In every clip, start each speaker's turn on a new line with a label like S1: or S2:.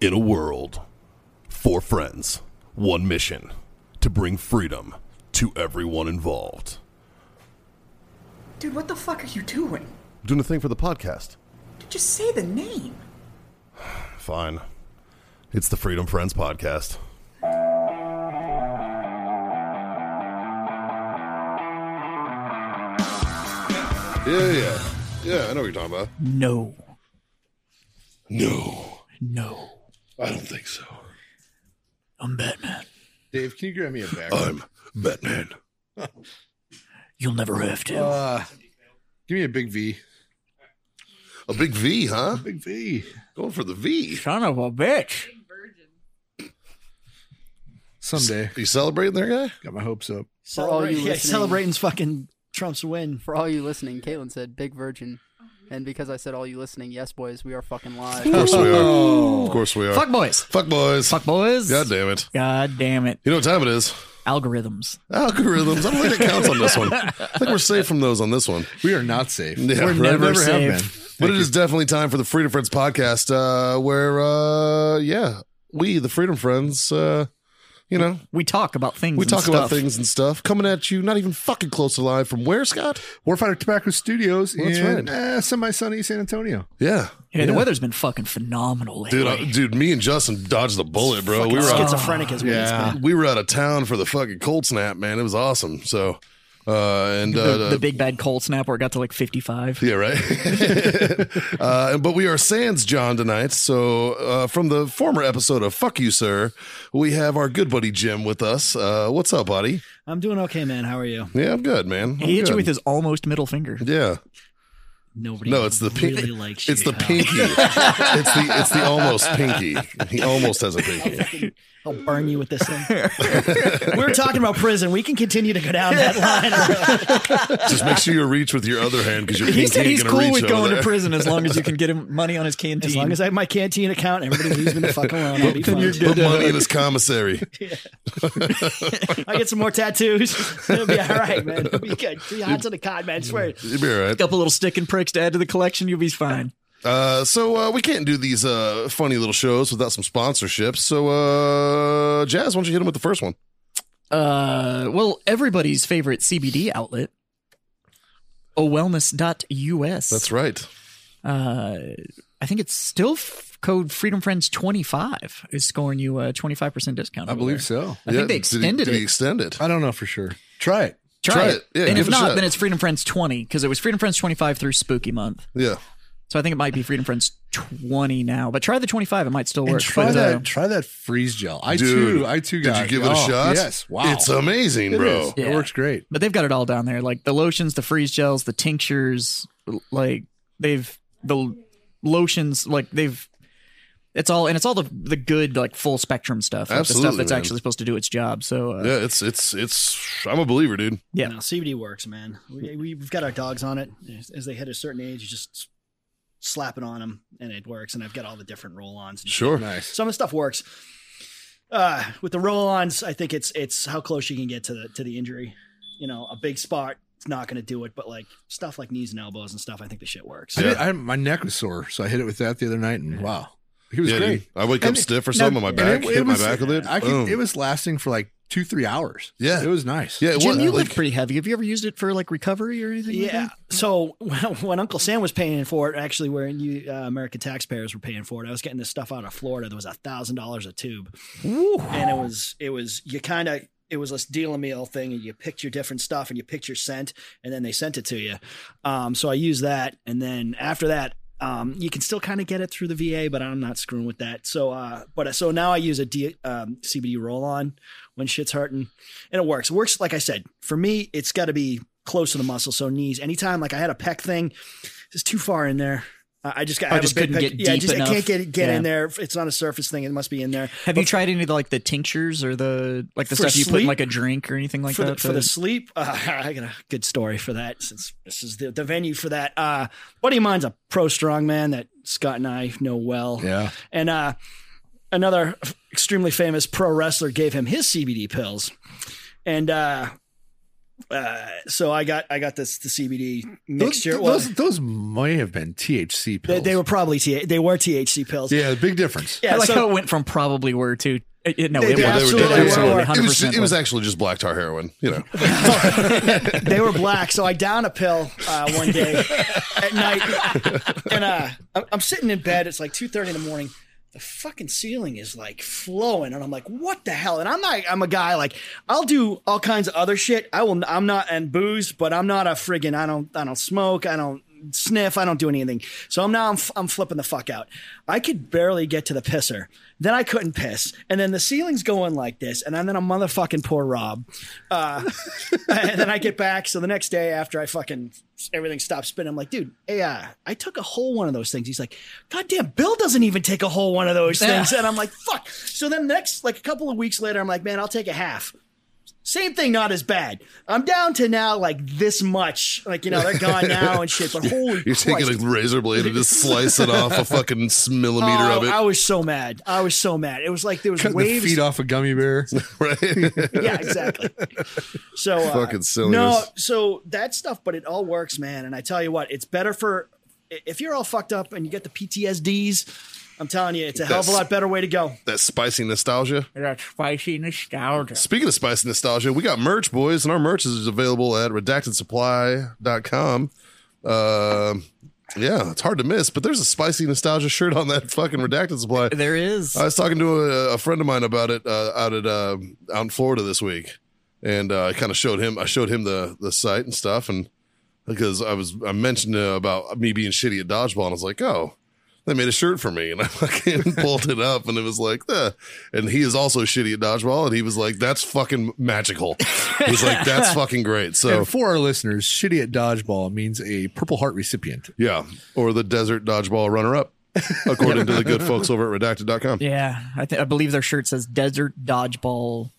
S1: In a world, four friends, one mission to bring freedom to everyone involved.
S2: Dude, what the fuck are you doing?
S1: Doing a thing for the podcast.
S2: Dude, just say the name.
S1: Fine. It's the Freedom Friends podcast. Yeah, yeah. Yeah, I know what you're talking about.
S3: No,
S1: No,
S3: no,
S1: I don't think so.
S3: I'm Batman.
S4: Dave, can you grab me a back?
S1: I'm Batman.
S3: You'll never have to.
S4: Uh, give me a big V.
S1: A big V, huh?
S4: Big V.
S1: Going for the V.
S3: Son of a bitch.
S4: Someday.
S1: You celebrating there, guy?
S4: Got my hopes up.
S5: For all
S6: Celebrate-
S5: you
S6: yeah,
S5: listening,
S6: celebrating's fucking Trump's win.
S5: For all you listening, Caitlin said, "Big Virgin," and because I said all you listening, yes, boys, we are fucking
S1: Of
S5: live.
S1: course we are. Of course we are.
S6: Fuck boys.
S1: Fuck boys.
S6: Fuck boys.
S1: God damn it.
S3: God damn it.
S1: You know what time it is?
S6: Algorithms.
S1: Algorithms. I don't think it counts on this one. I think we're safe from those on this one.
S4: We are not safe.
S1: Yeah,
S6: We're
S1: right.
S6: never
S4: Never have
S6: safe.
S4: been.
S1: But it is definitely time for the Freedom Friends podcast, uh, where, uh, yeah, we, the Freedom Friends, uh, you know,
S6: We talk about things.
S1: we
S6: and
S1: talk about
S6: stuff.
S1: things and stuff coming at you, not even fucking close to live from where, Scott?
S4: Warfighter Tobacco Studios
S1: Well, that's
S4: in
S1: right.
S4: uh, semi-sunny San Antonio.
S1: Yeah.
S6: Yeah, the weather's been fucking phenomenal lately.
S1: Dude, I, dude, me and Justin dodged the bullet, bro. We
S6: Fucking
S1: were out of
S6: schizophrenic as well.
S4: Yeah.
S1: we were out of town for the fucking cold snap, man. It was awesome. So, uh, and uh,
S6: the, the big bad cold snap where it got to like 55.
S1: Yeah, right. uh, but we are Sans John tonight. So, uh, from the former episode of Fuck You, Sir, we have our good buddy Jim with us. Uh, what's up, buddy?
S6: I'm doing okay, man. How are you?
S1: Yeah, I'm good, man. I'm
S6: He hit
S1: good.
S6: you with his almost middle finger.
S1: Yeah.
S7: Nobody
S1: No, it's the pink.
S7: really likes
S1: it's
S7: you,
S1: the pinky. it's the it's the almost pinky. He almost has a pinky.
S6: I'll burn you with this thing.
S7: We were talking about prison. We can continue to go down that line.
S1: Just make sure you reach with your other hand because your
S6: He
S1: pinky
S6: said
S1: ain't
S6: he's
S1: gonna
S6: cool
S1: reach
S6: with
S1: over
S6: going
S1: there.
S6: to prison as long as you can get him money on his canteen.
S7: As long as I have my canteen account, everybody leaves me the fuck alone. I'll be fine.
S1: Put money in his commissary.
S7: I get some more tattoos. It'll be all right, man. It'll be good. Three hots on a cod, man. I swear.
S1: You'll be all right.
S6: Pick up a little stick and pricks to add to the collection, you'll be fine.
S1: Uh, so uh, we can't do these uh, funny little shows without some sponsorships. So, uh, Jazz, why don't you hit him with the first one?
S6: Uh, well, everybody's favorite CBD outlet, owellness.us.
S1: That's right.
S6: Uh, I think it's still f- code Freedom Friends 25 is scoring you a 25% discount.
S4: I
S6: over
S4: believe
S6: there.
S4: so.
S6: I think they extended
S1: did he, Did he
S6: it.
S1: extend it?
S4: I don't know for sure. Try it.
S6: Try,
S1: Try
S6: it.
S1: it. Yeah,
S6: and
S1: give it
S6: if
S1: a
S6: not,
S1: shot.
S6: then it's Freedom Friends 20 because it was Freedom Friends 25 through Spooky Month.
S1: Yeah.
S6: So I think it might be Freedom Friends 20 now, but try the 25. It might still
S4: And
S6: work.
S4: try
S6: but,
S4: that.
S6: uh,
S4: try that freeze gel. I
S1: Dude,
S4: too. I too
S1: Did
S4: got.
S1: you give it a
S4: Oh,
S1: shot?
S4: Yes. Wow.
S1: It's amazing,
S4: It
S1: bro.
S4: is.
S6: Yeah.
S4: It works great.
S6: but they've got it all down there like the lotions the freeze gels the tinctures like they've the lotions like they've it's all and it's all the the good like full spectrum stuff like the
S1: Absolutely,
S6: stuff that's
S1: man.
S6: actually supposed to do its job so uh,
S1: Yeah, it's it's it's. I'm a believer, dude.
S6: Yeah.
S7: No, CBD works, man. We, we've got our dogs on it. As- As they hit a certain age, you just slap it on them and it works. And I've got all the different roll ons.
S1: Sure.
S4: Nice.
S7: Some of the stuff works. Uh, with the roll ons, I think it's it's how close you can get to the to the injury. You know, a big spot, it's not going to do it. But like stuff like knees and elbows and stuff, I think the shit works.
S4: I
S1: Yeah.
S4: did- I, my neck was sore, so I hit it with that the other night, and wow, it was
S1: Yeah,
S4: great.
S1: dude. I wake up
S4: And-
S1: stiff or
S4: No,
S1: something on my
S4: and
S1: back.
S4: it- it
S1: hit
S4: was-
S1: my back Oh. with it.
S4: I
S1: boom.
S4: could, it was lasting for like two, three hours.
S1: Yeah.
S4: it was nice.
S1: yeah, it
S6: jim
S1: was,
S6: you
S1: like,
S6: look pretty heavy have you ever used it for like recovery or anything like
S7: Yeah.
S6: that?
S7: So when, when Uncle Sam was paying for it, actually, where you uh, American taxpayers were paying for it, I was getting this stuff out of Florida. There was a thousand dollars a tube, and it was it was you kind of it was this deal a meal thing, and you picked your different stuff and you picked your scent, and then they sent it to you. Um, so I used that, and then after that. Um, you can still kind of get it through the VA, but I'm not screwing with that. So, uh, but so now I use a D, um, CBD roll on when shit's hurting and it works. It works, like I said, for me, it's got to be close to the muscle, so knees. Anytime, like I had a pec thing, it's too far in there. I I just got.
S6: Oh,
S7: I have
S6: just
S7: a big
S6: couldn't
S7: pec-
S6: get
S7: Yeah, I
S6: deep
S7: just I
S6: enough.
S7: can't get get
S6: Yeah.
S7: in there. It's not a surface thing. It must be in there.
S6: have you tried any of the, like the tinctures or the like the
S7: For
S6: stuff you put in
S7: sleep?
S6: like a drink or anything like
S7: for
S6: that
S7: the, for the sleep, uh, I got a good story for that since this is the, the venue for that. Uh, buddy of mine's a pro strongman that Scott and I know well.
S4: Yeah.
S7: And uh, another f- extremely famous pro wrestler gave him his CBD pills. And uh, uh, so I got I got this the CBD
S4: Those,
S7: mixture. Well,
S4: those, those may have been THC
S7: they,
S4: pills.
S7: they were probably T- they were THC pills.
S4: Yeah, big difference.
S7: Yeah,
S6: I like
S7: so-
S6: how it went from probably were to it, it- no,
S7: They-
S6: it
S7: they
S6: was
S7: absolutely
S6: It
S1: it, was,
S7: were.
S6: absolutely
S1: it,
S6: 100%
S1: was, it was
S6: was.
S1: actually just black tar heroin, you know.
S7: they were black. So I down a pill uh, one day at night, and uh, I'm- I'm sitting in bed. It's like two thirty in the morning. The fucking ceiling is like flowing, and I'm like, "What the hell?" And I'm not. I'm a guy like I'll do all kinds of other shit. I will. I'm not and booze, but I'm not a friggin'. I don't. I don't smoke. I don't sniff. I don't do anything. So I'm now I'm, f- I'm flipping the fuck out. I could barely get to the pisser. Then I couldn't piss, and then the ceiling's going like this, and then a motherfucking poor Rob. Uh, and then I get back. So the next day after I fucking everything stopped spinning, I'm like, dude, AI, I took a whole one of those things. He's like, God damn, Bill doesn't even take a whole one of those things. And I'm like, fuck. So then next, like a couple of weeks later, I'm like, man, I'll take a half. Same thing, not as bad. I'm down to now like this much. Like, you know, they're gone now and shit, but holy
S1: You're
S7: Christ.
S1: taking a razor blade and just slicing off a fucking s- millimeter
S7: Oh,
S1: of it.
S7: I was so mad. I was so mad. It was like there was
S4: Cutting the
S7: waves
S4: feet off a gummy bear.
S1: right?
S7: yeah, exactly. So uh,
S1: Fucking silliness.
S7: No, so that stuff, but it all works, man. And I tell you what, it's better for if you're all fucked up and you get the PTSDs. I'm telling you, it's a hell of a
S1: That's-
S7: lot better way to go.
S1: that spicy nostalgia.
S3: That spicy nostalgia.
S1: Speaking of spicy nostalgia, we got merch, boys, and our merch is available at redactedsupply.com. Uh, yeah, it's hard to miss, but there's a spicy nostalgia shirt on that fucking redacted supply.
S6: There is.
S1: I was talking to a, a friend of mine about it uh, out at uh, out in Florida this week, and uh, I kind of showed him I showed him the the site and stuff, and because I was I mentioned uh, about me being shitty at dodgeball, and I was like, oh, they made a shirt for me, and I fucking pulled it up, and it was like, eh. and he is also shitty at dodgeball, and he was like, that's fucking magical. He was like, that's fucking great. So
S4: And for our listeners, shitty at dodgeball means a Purple Heart recipient.
S1: yeah, or the desert dodgeball runner up, according to the good folks over at redacted.com.
S6: yeah, I, th- I believe their shirt says Desert Dodgeball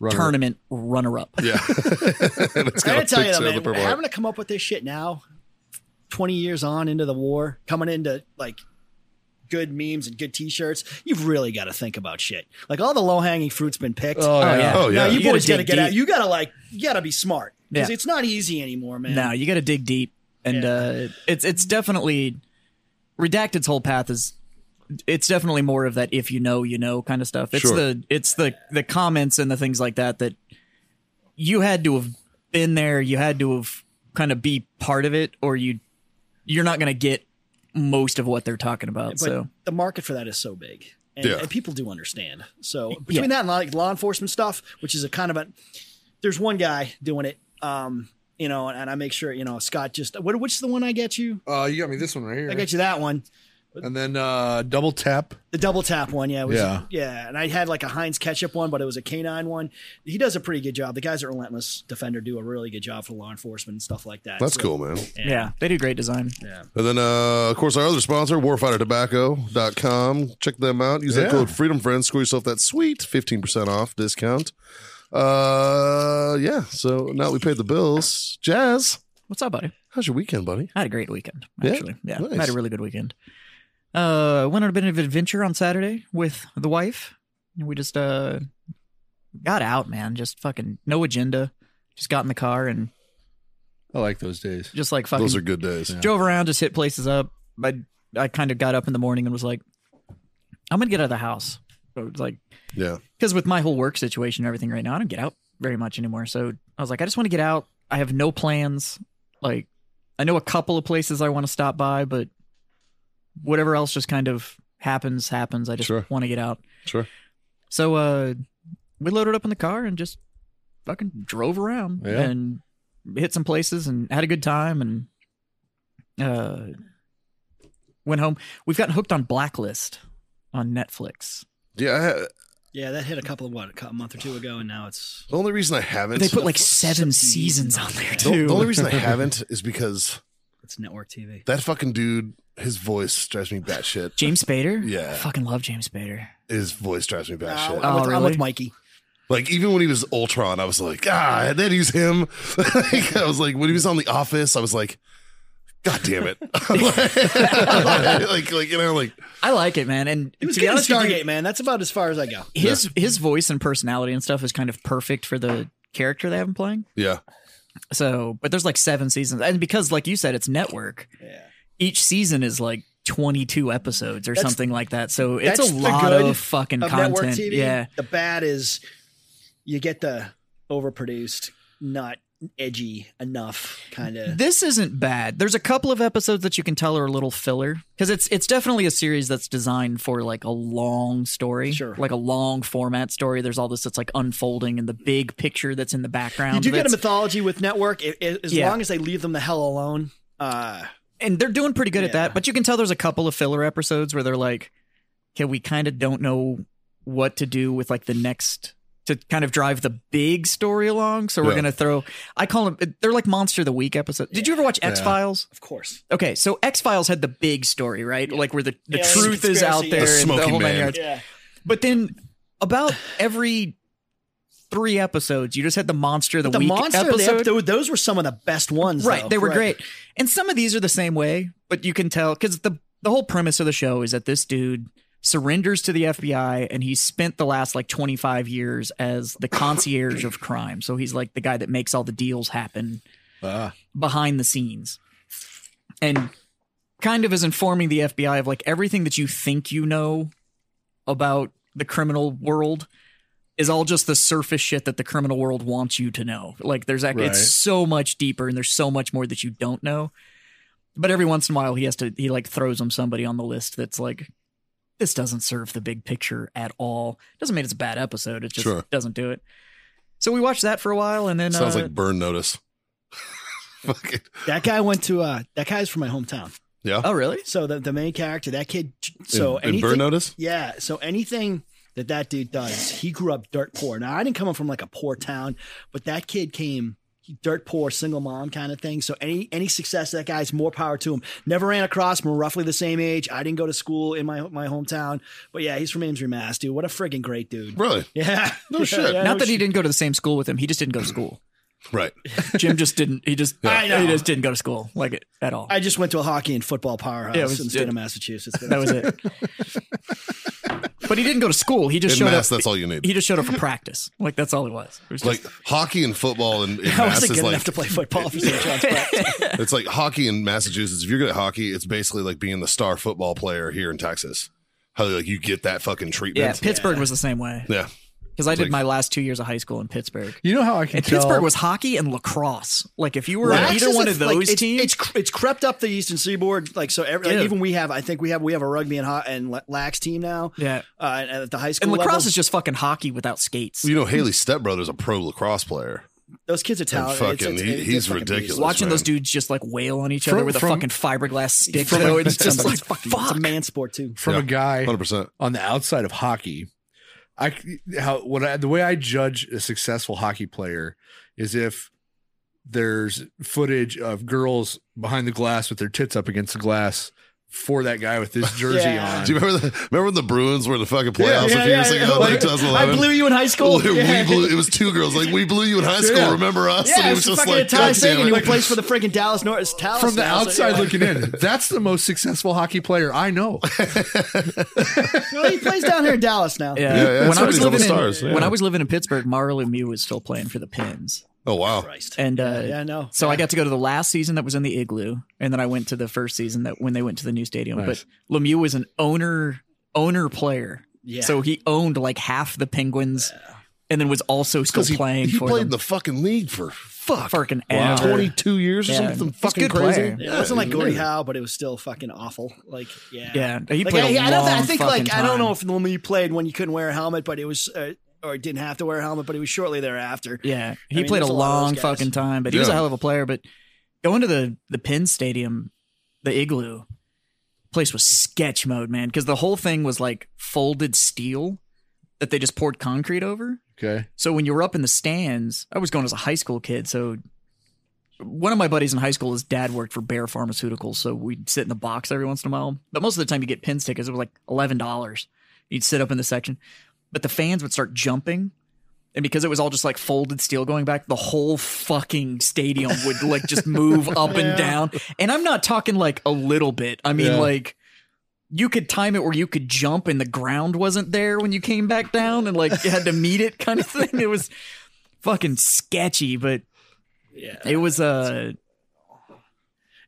S4: Runner-up.
S6: Tournament Runner Up.
S1: Yeah, and it's got
S7: I gotta
S1: a
S7: tell you,
S1: picture
S7: though,
S1: of the
S7: man,
S1: purple. heart.
S7: having to come up with this shit now, 20 years on into the war, coming into like good memes and good T-shirts, you've really got to think about shit. Like all the low hanging fruit's been picked.
S6: yeah.
S1: Oh, yeah.
S7: Now
S6: You
S7: you,
S6: gotta
S7: boys got to
S6: dig
S7: get out.
S6: deep.
S7: You got to like, you got to be smart because
S6: Yeah.
S7: it's not easy anymore, man.
S6: No, you got to dig deep, and uh, it's it's definitely redacted's whole path is it's definitely more of that if you know you know kind of stuff. It's
S1: Sure.
S6: the it's the the comments and the things like that that you had to have been there, you had to have kind of be part of it, or you you're not gonna get most of what they're talking about.
S7: but
S6: so
S7: the market for that is so big and,
S1: Yeah.
S7: and people do understand so between that and like law enforcement stuff which is a kind of a there's one guy doing it um you know and i make sure you know scott just what which is the one i get you
S4: Uh, you got me this one right here.
S7: i got you that one
S4: And then uh, double tap.
S7: the double tap one yeah it was,
S4: Yeah.
S7: yeah and i had like a heinz ketchup one but it was a canine one he does a pretty good job the guys at relentless defender do a really good job for law enforcement and stuff like that
S1: That's
S7: So,
S1: cool, man.
S6: yeah. they do great design.
S1: And then, uh, of course, our other sponsor, warfightertobacco.com. Check them out. Use that
S4: Yeah.
S1: code Freedom Friends. Score yourself that sweet 15% off discount. Uh, yeah. So now that we paid the bills, Jazz,
S6: What's up, buddy?
S1: how's your weekend, buddy?
S6: I had a great weekend,
S1: Yeah?
S6: actually. Yeah, I
S1: Nice.
S6: had a really good weekend. Uh, went on a bit of an adventure on Saturday with the wife. And we just uh got out, man. Just fucking no agenda. Just got in the car and
S4: I like those days.
S6: just like fucking
S1: Those are good days.
S6: drove around, just hit places up. I I kind of got up in the morning and was like, I'm gonna get out of the house. So it's like
S1: Yeah.
S6: because with my whole work situation and everything right now, I don't get out very much anymore. So I was like, I just want to get out. I have no plans. Like, I know a couple of places I want to stop by, but whatever else just kind of happens, happens. I just
S1: Sure.
S6: want to get out.
S1: Sure.
S6: So uh, we loaded up in the car and just fucking drove around
S4: Yeah.
S6: and hit some places and had a good time and uh, went home. We've gotten hooked on Blacklist on Netflix.
S1: Yeah. I ha-
S7: yeah that hit a couple of what a cou- a month or two ago and now it's
S1: the only reason I haven't,
S6: They put like
S7: fuck-
S6: seven
S7: seasons
S6: seasons on there
S1: the,
S6: too.
S1: the only reason I haven't is because
S7: it's network tv
S1: that fucking dude, his voice drives me batshit.
S6: James Spader?
S1: Yeah.
S6: I fucking love James Spader.
S1: His voice drives me batshit.
S7: I'm, with,
S6: Oh,
S7: I'm with
S6: really?
S7: mikey
S1: Like even when he was Ultron, I was like, ah, that is him. like, I was like, when he was on The Office, I was like, God damn it! like, like you know, like
S6: I like it, man. And
S7: it was
S6: to be
S7: good
S6: honest with you,
S7: stargate man that's about as far as i go
S6: his his voice and personality and stuff is kind of perfect for the character they have him playing.
S1: yeah,
S6: So, but there's like seven seasons, and because like you said, it's network.
S7: Yeah.
S6: Each season is like 22 episodes or
S7: That's-
S6: something like that. So it's
S7: that's
S6: a
S7: the
S6: lot
S7: good
S6: of fucking
S7: of network
S6: content.
S7: TV.
S6: Yeah,
S7: The bad is you get the overproduced, not edgy enough kind of.
S6: this isn't bad. There's a couple of episodes that you can tell are a little filler because it's it's definitely a series that's designed for like a long story,
S7: Sure.
S6: like a long format story. There's all this that's like unfolding and the big picture that's in the background.
S7: You do get a
S6: that's-
S7: mythology with network i- i- as
S6: Yeah.
S7: long as they leave them the hell alone. Uh,
S6: and they're doing pretty good at
S7: Yeah.
S6: that. But you can tell there's a couple of filler episodes where they're like, "Okay, we kind of don't know what to do with like the next to kind of drive the big story along." So we're
S1: Yeah.
S6: gonna throw. I call them. They're like Monster of the Week episodes. Did you ever watch X Files?
S7: of course.
S6: Okay, so X Files had the big story, right? Like where the, the
S7: Alien
S6: truth is out
S7: conspiracy.
S6: there,
S1: The
S6: and the
S1: smoking
S6: whole nine
S1: man.
S6: yards.
S7: Yeah.
S6: But then about every three episodes, you just had the Monster of the,
S7: The
S6: Week
S7: monster of the
S6: episode.
S7: episode, those were some of the best ones.
S6: Right,
S7: though.
S6: they were great. And some of these are the same way, but you can tell because the the whole premise of the show is that this dude surrenders to the FBI and he spent the last like 25 years as the concierge of crime. So he's like the guy that makes all the deals happen
S4: Ah.
S6: behind the scenes. And kind of is informing the FBI of like everything that you think you know about the criminal world is all just the surface shit that the criminal world wants you to know. Like there's ac-
S4: Right.
S6: it's so much deeper and there's so much more that you don't know. But every once in a while he has to he like throws him somebody on the list that's like this doesn't serve the big picture at all. Doesn't mean it's a bad episode. It just
S1: Sure.
S6: doesn't do it. So we watched that for a while and then
S1: Sounds
S6: uh,
S1: like burn notice. Fuck it.
S7: That guy went to uh, that guy's from my hometown.
S1: Yeah.
S6: Oh really?
S7: So the, the main character, that kid.
S1: In-
S7: So
S1: in,
S7: anything,
S1: burn notice.
S7: Yeah. So anything that that dude does, he grew up dirt poor. Now I didn't come up from like a poor town, but that kid came dirt poor, single mom kind of thing. So any any success that guy's more power to him. Never ran across. We're roughly the same age. I didn't go to school in my my hometown, but yeah, he's from Amesbury, Mass, dude. What a friggin' great dude.
S1: Really?
S7: Yeah.
S1: No
S7: Yeah,
S1: shit.
S7: yeah,
S6: Not
S7: no
S6: that he
S7: shit.
S6: didn't go to the same school with him. He just didn't go to school.
S1: Right.
S6: Jim just didn't. He just
S7: I know.
S6: he just didn't go to school like it at all.
S7: I just went to a hockey and football powerhouse
S6: Yeah, it was-
S7: in the state
S6: yeah.
S7: of Massachusetts.
S6: that was it. but he didn't go to school. He just
S1: In
S6: showed
S1: mass,
S6: up.
S1: that's all you need.
S6: He just showed up for practice. Like that's all it was. It was
S1: like
S6: just-
S1: hockey and football and in
S7: I
S1: mass
S7: wasn't
S1: is
S7: good
S1: like
S7: enough to play football for St. John's. But
S1: it's like hockey in Massachusetts. If you're good at hockey, it's basically like being the star football player here in Texas. How like you get that fucking
S6: yeah,
S1: treatment?
S6: Pittsburgh was the same way
S1: Yeah.
S6: because I did
S1: Like-
S6: my last two years of high school in Pittsburgh.
S4: You know how I can
S6: And
S4: tell.
S6: Pittsburgh was hockey and lacrosse. Like if you were
S7: Lax
S6: on either
S7: is
S6: one
S7: a-
S6: of
S7: like,
S6: those
S7: it's,
S6: teams,
S7: It's cr- it's crept up the Eastern Seaboard. Like so, every, like,
S6: Yeah.
S7: even we have. I think we have we have a rugby and ho- and la- lax team now.
S6: yeah.
S7: Uh, at the high
S6: And
S7: school
S6: lacrosse
S7: level.
S6: is just fucking hockey without skates.
S1: You know, Haley's stepbrother's a pro lacrosse player.
S7: those kids are talented. It's-
S1: fucking-
S7: it's-
S1: he-
S7: it's
S1: he's
S7: fucking beast.
S1: ridiculous.
S6: Watching
S1: man.
S6: those dudes just like wail on each other
S4: From-
S6: with a
S4: from-
S6: fucking fiberglass stick.
S4: from-
S6: though, it's just
S7: It's
S6: like
S7: fucking-
S6: fuck.
S7: It's a man sport too.
S4: from a guy
S1: Hundred percent.
S4: on the outside of hockey. I c- how what I, the way I judge a successful hockey player is if there's footage of girls behind the glass with their tits up against the glass for that guy with this jersey
S7: Yeah.
S4: on.
S1: Do you remember the remember when the Bruins were in the fucking playoffs a few years ago, like 2011?
S7: I blew you in high school.
S1: We
S7: Yeah.
S1: blew, it was two girls. Like we blew you in high school.
S4: Yeah.
S1: Remember us?
S7: Yeah,
S1: and
S7: it
S1: he
S7: was,
S1: was just
S7: fucking
S1: like,
S7: like,
S1: God
S7: Italian,
S1: damn
S7: and
S1: it.
S7: he plays for the friggin' Dallas North. Dallas
S4: From the
S7: now, so,
S4: outside
S7: yeah.
S4: looking in, that's the most successful hockey player I know.
S7: Well, he plays down here in Dallas now.
S6: Yeah.
S1: Yeah, yeah, that's
S6: when I
S1: right,
S6: was
S1: he's on the
S6: living in,
S1: Stars, yeah.
S6: when I was living in Pittsburgh, Mara Lemieux was still playing for the Pins,
S1: oh wow,
S7: Christ.
S6: and uh,
S7: yeah, I know.
S6: So I got to go to the last season that was in the igloo, and then I went to the first season that when they went to the new stadium.
S4: Nice.
S6: But Lemieux was an owner owner player,
S7: Yeah.
S6: so he owned like half the Penguins, and then was also still
S1: because he,
S6: playing
S1: he
S6: for
S1: played
S6: them.
S1: in the fucking league for fuck
S6: Fucking ever.
S1: 22 years or
S6: Yeah.
S1: something
S6: He's a
S1: fucking
S6: good
S1: crazy.
S6: player.
S7: Yeah, it wasn't like
S1: he's
S7: Gordie
S1: amazing.
S7: Howe, but it was still fucking awful. Like, yeah,
S6: Yeah, he
S7: Like,
S6: played a
S7: I, I don't, thi- I
S6: long
S7: think
S6: fucking
S7: like I don't
S6: time.
S7: know if when you played when you couldn't wear a helmet, but it was uh, or didn't have to wear a helmet, but it was shortly thereafter.
S6: Yeah, he
S7: mean,
S6: played a
S7: there's a lot of those
S6: long
S7: guys.
S6: fucking time, but he was a
S1: Yeah.
S6: hell of a player. But going to the the Penn Stadium, the Igloo place was sketch mode, man, because the whole thing was like folded steel that they just poured concrete over.
S4: Okay,
S6: So when you were up in the stands, I was going as a high school kid, so. One of my buddies in high school, his dad worked for Bear Pharmaceuticals, so we'd sit in the box every once in a while. But most of the time, you get Penn's tickets. It was like eleven dollars. You'd sit up in the section, but the fans would start jumping and because it was all just like folded steel going back, the whole fucking stadium would like just move up and down. And I'm not talking like a little bit. I mean,
S4: Yeah.
S6: like you could time it where you could jump and the ground wasn't there when you came back down and like you had to meet it kind of thing. It was fucking sketchy, but
S7: Yeah.
S6: It was uh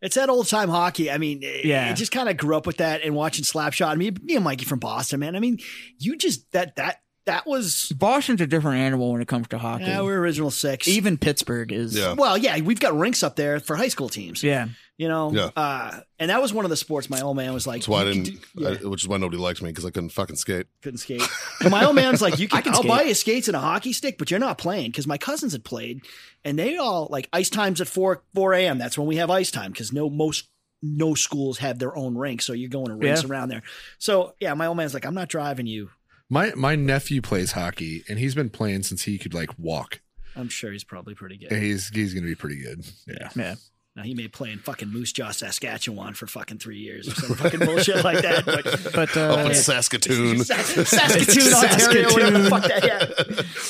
S7: It's that old time hockey. I mean, yeah,
S6: Yeah.
S7: it just kind of grew up with that and watching Slapshot. I mean, me and Mikey from Boston, man. I mean, you just that that that was
S6: Boston's a different animal when it comes to hockey.
S7: yeah, we're original six.
S6: Even Pittsburgh is
S1: Yeah.
S7: well, yeah, we've got rinks up there for high school teams.
S6: yeah.
S7: you know,
S1: Yeah.
S7: uh, and that was one of the sports my old man was like,
S1: That's why I
S7: you can
S1: didn't,
S7: do- yeah,
S1: I- which is why nobody likes me because I couldn't fucking skate.
S7: couldn't skate. And my old man's like, you can,
S6: I can
S7: I'll
S6: skate.
S7: buy you skates and a hockey stick, but you're not playing because my cousins had played, and they all like ice times at four four a.m. That's when we have ice time because no most no schools have their own rink, so you're going to rinks
S6: Yeah.
S7: around there. So yeah, my old man's like, I'm not driving you.
S4: My my nephew plays hockey and he's been playing since he could like walk.
S7: I'm sure he's probably pretty good.
S4: And he's he's gonna be pretty good. Yeah.
S6: Yeah.
S7: Now he may play in fucking Moose Jaw, Saskatchewan for fucking three years or some fucking bullshit like that. But
S6: But
S1: Up
S6: uh,
S1: in Saskatoon.
S7: Sask- Saskatoon, Ontario, whatever the fuck that.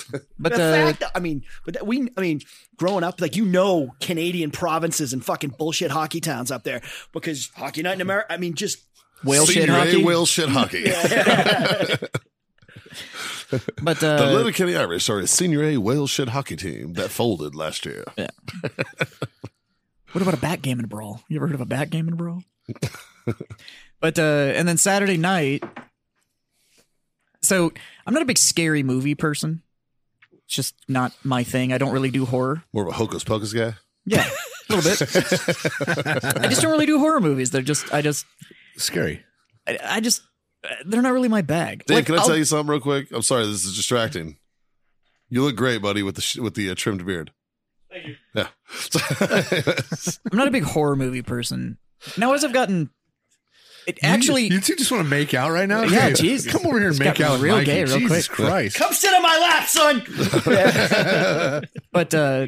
S7: Yeah.
S6: but
S7: the
S6: uh,
S7: fact, I mean, but that we, I mean, growing up, like you know, Canadian provinces and fucking bullshit hockey towns up there because hockey night in America. I mean, just
S6: whale
S1: Sea
S6: shit
S1: Ray
S6: hockey.
S1: Whale shit hockey.
S6: But
S1: The
S6: uh,
S1: Little Kenny Irish are a Senior A whale shit hockey team that folded last year.
S6: What about a backgammon brawl? You ever heard of a backgammon brawl? but uh and then Saturday night. So I'm not a big scary movie person. It's just not my thing. I don't really do horror.
S1: More of a hocus pocus guy.
S6: Yeah, a little bit. I just don't really do horror movies. They're just I just
S4: Scary.
S6: I, I just they're not really my bag.
S1: Dan,
S6: Like,
S1: can I
S6: I'll-
S1: tell you something real quick? I'm sorry, this is distracting. You look great, buddy, with the sh- with the uh, trimmed beard. Thank you. Yeah.
S6: I'm not a big horror movie person. Now as I've gotten, it actually
S4: you, you two just want to make out right now?
S6: Yeah,
S4: Okay,
S6: jeez.
S4: Come over here and
S6: It's
S4: make
S6: got
S4: out
S6: real
S4: real Mikey.
S6: gay real
S4: Jesus
S6: quick.
S4: Christ.
S7: come sit on my lap, son.
S6: but uh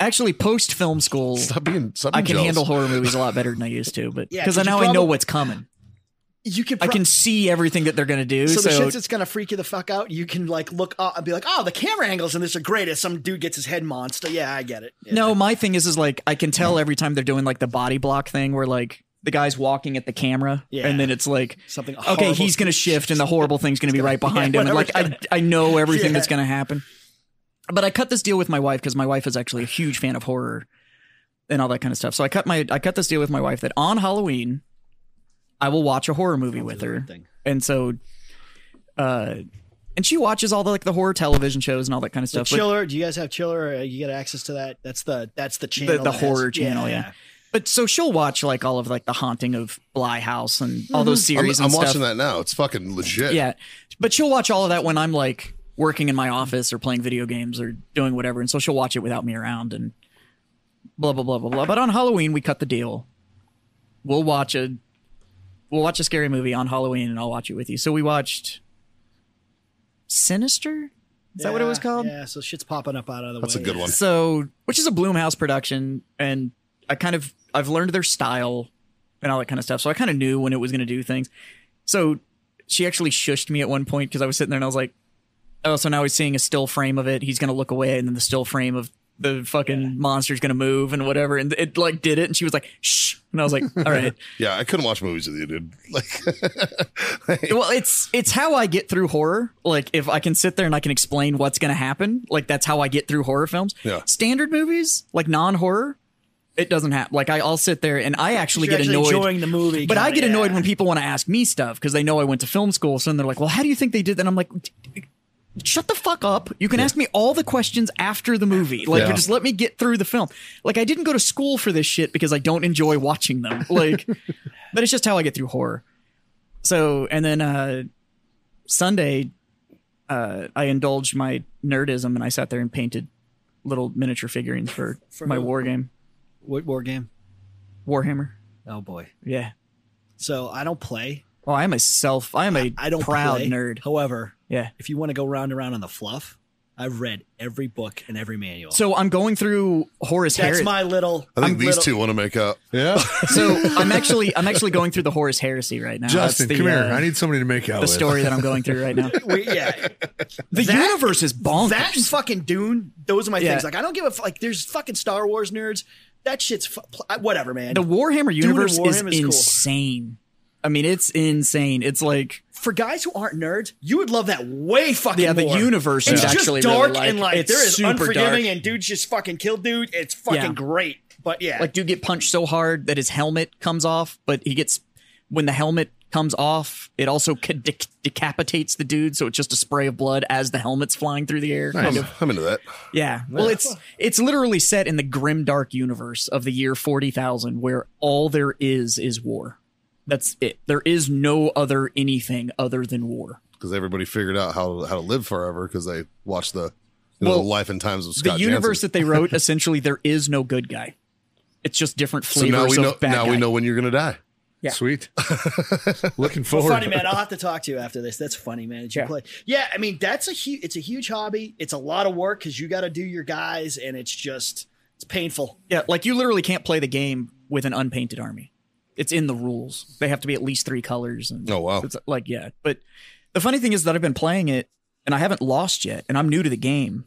S6: actually post film school.
S1: stop being. Stop
S6: I
S1: being
S6: can
S1: jealous.
S6: handle horror movies a lot better than I used to, but
S7: Yeah,
S6: because
S7: 'cause you
S6: now I know
S7: probably-
S6: what's coming,
S7: You could.
S6: I
S7: pro-
S6: can see everything that they're gonna do.
S7: So,
S6: So,
S7: the shits that's gonna freak you the fuck out. You can like look up and be like, oh, the camera angles in this are great. As some dude gets his head monster. Yeah, I get it. Yeah.
S6: no, my thing is, is like I can tell every time they're doing like the body block thing, where like the guy's walking at the camera,
S7: Yeah.
S6: and then it's like
S7: something.
S6: okay,
S7: horrible.
S6: he's gonna shift, and the horrible thing's gonna be right behind
S7: Yeah,
S6: him, and like
S7: whatever's
S6: I I know everything
S7: Yeah.
S6: that's gonna happen. But I cut this deal with my wife because my wife is actually a huge fan of horror and all that kind of stuff. So I cut my I cut this deal with my wife that on Halloween I will watch a horror movie with her.
S7: thing.
S6: and so uh and she watches all the like the horror television shows and all that kind of
S7: The
S6: stuff but,
S7: chiller. Do you guys have chiller? Or uh, you get access to that? That's the that's the channel.
S6: the
S7: that has-
S6: horror channel, yeah. but so she'll watch like all of like the haunting of bly house and all those
S1: I'm,
S6: series
S1: Mm-hmm. I'm
S6: and
S1: watching
S6: stuff
S1: that now. It's fucking legit.
S6: yeah but she'll watch all of that when i'm like working in my office or playing video games or doing whatever and so she'll watch it without me around and blah blah blah blah blah but on halloween we cut the deal we'll watch a we'll watch a scary movie on halloween and i'll watch it with you so we watched sinister is that what it was
S7: Yeah,
S6: called
S7: Yeah, so shit's popping up out of the
S1: That's a
S7: way.
S1: good one.
S6: So, which is a Bloomhouse production, and I kind of I've learned their style and all that kind of stuff. So I kind of knew when it was going to do things. So she actually shushed me at one point because I was sitting there and I was like, "Oh, so now he's seeing a still frame of it. He's going to look away, and then the still frame of the fucking monster's going to move and whatever." And it like did it, and she was like, "Shh," and I was like, "All right."
S1: Yeah, I couldn't watch movies with you, dude. Like,
S6: well, it's it's how I get through horror. Like if I can sit there and I can explain what's going to happen, like that's how I get through horror films.
S1: Yeah.
S6: Standard movies, like non-horror, it doesn't happen. Like I, I'll sit there and I actually
S7: You're
S6: get
S7: actually
S6: annoyed.
S7: enjoying the movie,
S6: but I
S7: kinda,
S6: get annoyed
S7: yeah.
S6: when people want to ask me stuff because they know I went to film school. So then they're like, "Well, how do you think they did that?" I'm like. "D- d- Shut the fuck up. You can ask me all the questions after the movie. Like,
S1: Yeah.
S6: just let me get through the film. Like, I didn't go to school for this shit because I don't enjoy watching them. Like, but it's just how I get through horror. So, and then uh, Sunday, uh, I indulged my nerdism and I sat there and painted little miniature figurines for, my
S7: who?
S6: war game,
S7: What war game?
S6: Warhammer.
S7: Oh boy.
S6: Yeah.
S7: So I don't play.
S6: Oh, I am a self. I am a
S7: I don't
S6: proud
S7: play.
S6: nerd.
S7: However,
S6: Yeah.
S7: if you want to go round and round on the fluff, I've read every book and every manual.
S6: So I'm going through Horus
S7: that's
S6: Harris.
S7: my little.
S1: I think
S7: I'm
S1: these
S7: little-
S1: two want to make out.
S4: Yeah.
S6: so I'm actually I'm actually going through the Horus Heresy right now. That's
S4: Justin,
S6: the,
S4: come here.
S6: uh,
S4: I need somebody to make out
S6: the
S4: with.
S6: story that I'm going through right now.
S7: We, yeah,
S6: The
S7: That-
S6: universe is bonkers.
S7: that and fucking Dune. Those are my
S6: Yeah.
S7: things. Like I don't give a f- like. There's fucking Star Wars nerds. That shit's fu- pl- I- whatever, man.
S6: the Warhammer universe is
S7: Warhammer is cool.
S6: insane. I mean, it's insane. It's like
S7: For guys who aren't nerds, you would love that way fucking
S6: yeah, the
S7: more.
S6: universe
S7: It's
S6: is
S7: just
S6: actually
S7: dark
S6: really like,
S7: and like
S6: it's
S7: there is
S6: super
S7: unforgiving
S6: dark.
S7: and dudes just fucking kill dude. It's fucking
S6: Yeah.
S7: great. But yeah,
S6: like dude get punched so hard that his helmet comes off, but he gets when the helmet comes off, it also ca- de- decapitates the dude, so it's just a spray of blood as the helmet's flying through the air.
S1: I'm, I'm into that.
S6: Yeah. Well, it's it's literally set in the grim dark universe of the year 40,000 where all there is is war. That's it. There is no other anything other than war.
S1: because everybody figured out how how to live forever because they watched the you know,
S6: Well,
S1: the life and times of Scott
S6: the universe
S1: Jansen.
S6: that they wrote essentially there is no good guy. It's just different
S1: So now
S6: flavors
S1: we know
S6: of bad
S1: now we
S6: guy.
S1: know when you're gonna die.
S6: Yeah.
S4: Sweet. Looking
S7: Well,
S4: forward.
S7: funny man, I'll have to talk to you after this. That's funny, man. Did you
S3: Yeah.
S7: play? Yeah, I mean that's a huge. It's a huge hobby. It's a lot of work because you got to do your guys, and it's just it's painful.
S6: Yeah, like you literally can't play the game with an unpainted army. It's in the rules. They have to be at least three colors. And
S1: Oh, wow.
S6: It's like yeah, but the funny thing is that I've been playing it and I haven't lost yet, and I'm new to the game.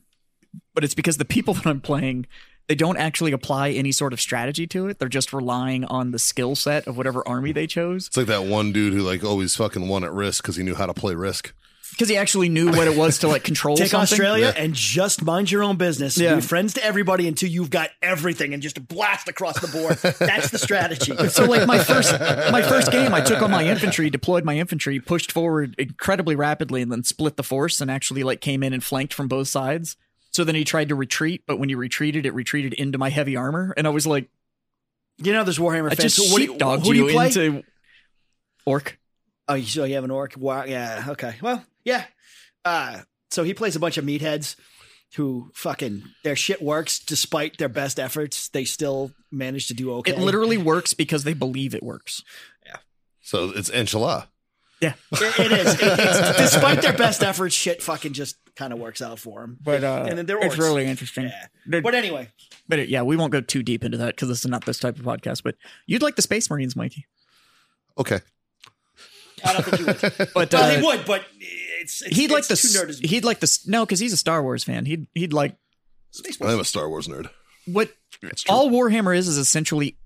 S6: But it's because the people that I'm playing, they don't actually apply any sort of strategy to it. They're just relying on the skill set of whatever army they chose
S1: It's like that one dude who like always fucking won at risk because he knew how to play risk.
S6: because he actually knew what it was to like control
S7: Take
S6: something.
S7: Australia and just mind your own business.
S6: Yeah.
S7: Be friends to everybody until you've got everything, and just blast across the board. that's the strategy.
S6: So like my first my first game, I took on my infantry, deployed my infantry, pushed forward incredibly rapidly, and then split the force and actually like came in and flanked from both sides. So then he tried to retreat, but when he retreated, it retreated into my heavy armor, and I was like,
S7: you know, there's Warhammer
S6: I just
S7: fans. So what do you,
S6: sheepdogged
S7: who do
S6: you,
S7: you play?
S6: into orc.
S7: Oh, you- so you have an orc? Wow. Yeah. Okay. Well, yeah. Uh, so he plays a bunch of meatheads who fucking their shit works despite their best efforts. They still manage to do okay.
S6: It literally works because they believe it works.
S1: So it's enchilada.
S7: It- it is. It- it's, despite their best efforts, shit fucking just kind of works out for them.
S3: But uh,
S7: And then they're
S3: it's
S7: orcs.
S3: really interesting.
S7: Yeah.
S6: They're-
S7: But anyway,
S6: But it- yeah, we won't go too deep into that because this is not this type of podcast. But you'd like the Space Marines, Mikey.
S1: Okay,
S7: I don't think he would.
S6: But
S7: Well, he
S6: uh,
S7: would, but it's, it's
S6: he'd like
S7: it's
S6: the
S7: too
S6: s-
S7: nerdism.
S6: he'd like the s- no because he's a Star Wars fan. He'd he'd like
S1: I'm a Star Wars nerd.
S6: what all Warhammer is is essentially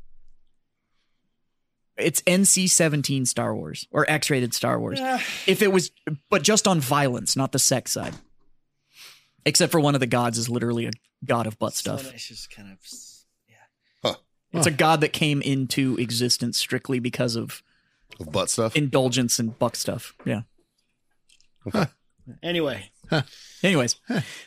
S6: it's NC seventeen Star Wars or X rated Star Wars. if it was, but just on violence, not the sex side. Except for one of the gods is literally a god of butt
S7: So
S6: stuff.
S7: it's just kind of
S6: It's a god that came into existence strictly because of
S1: Of butt stuff.
S6: indulgence and buck stuff. Yeah.
S7: anyway.
S6: Anyways,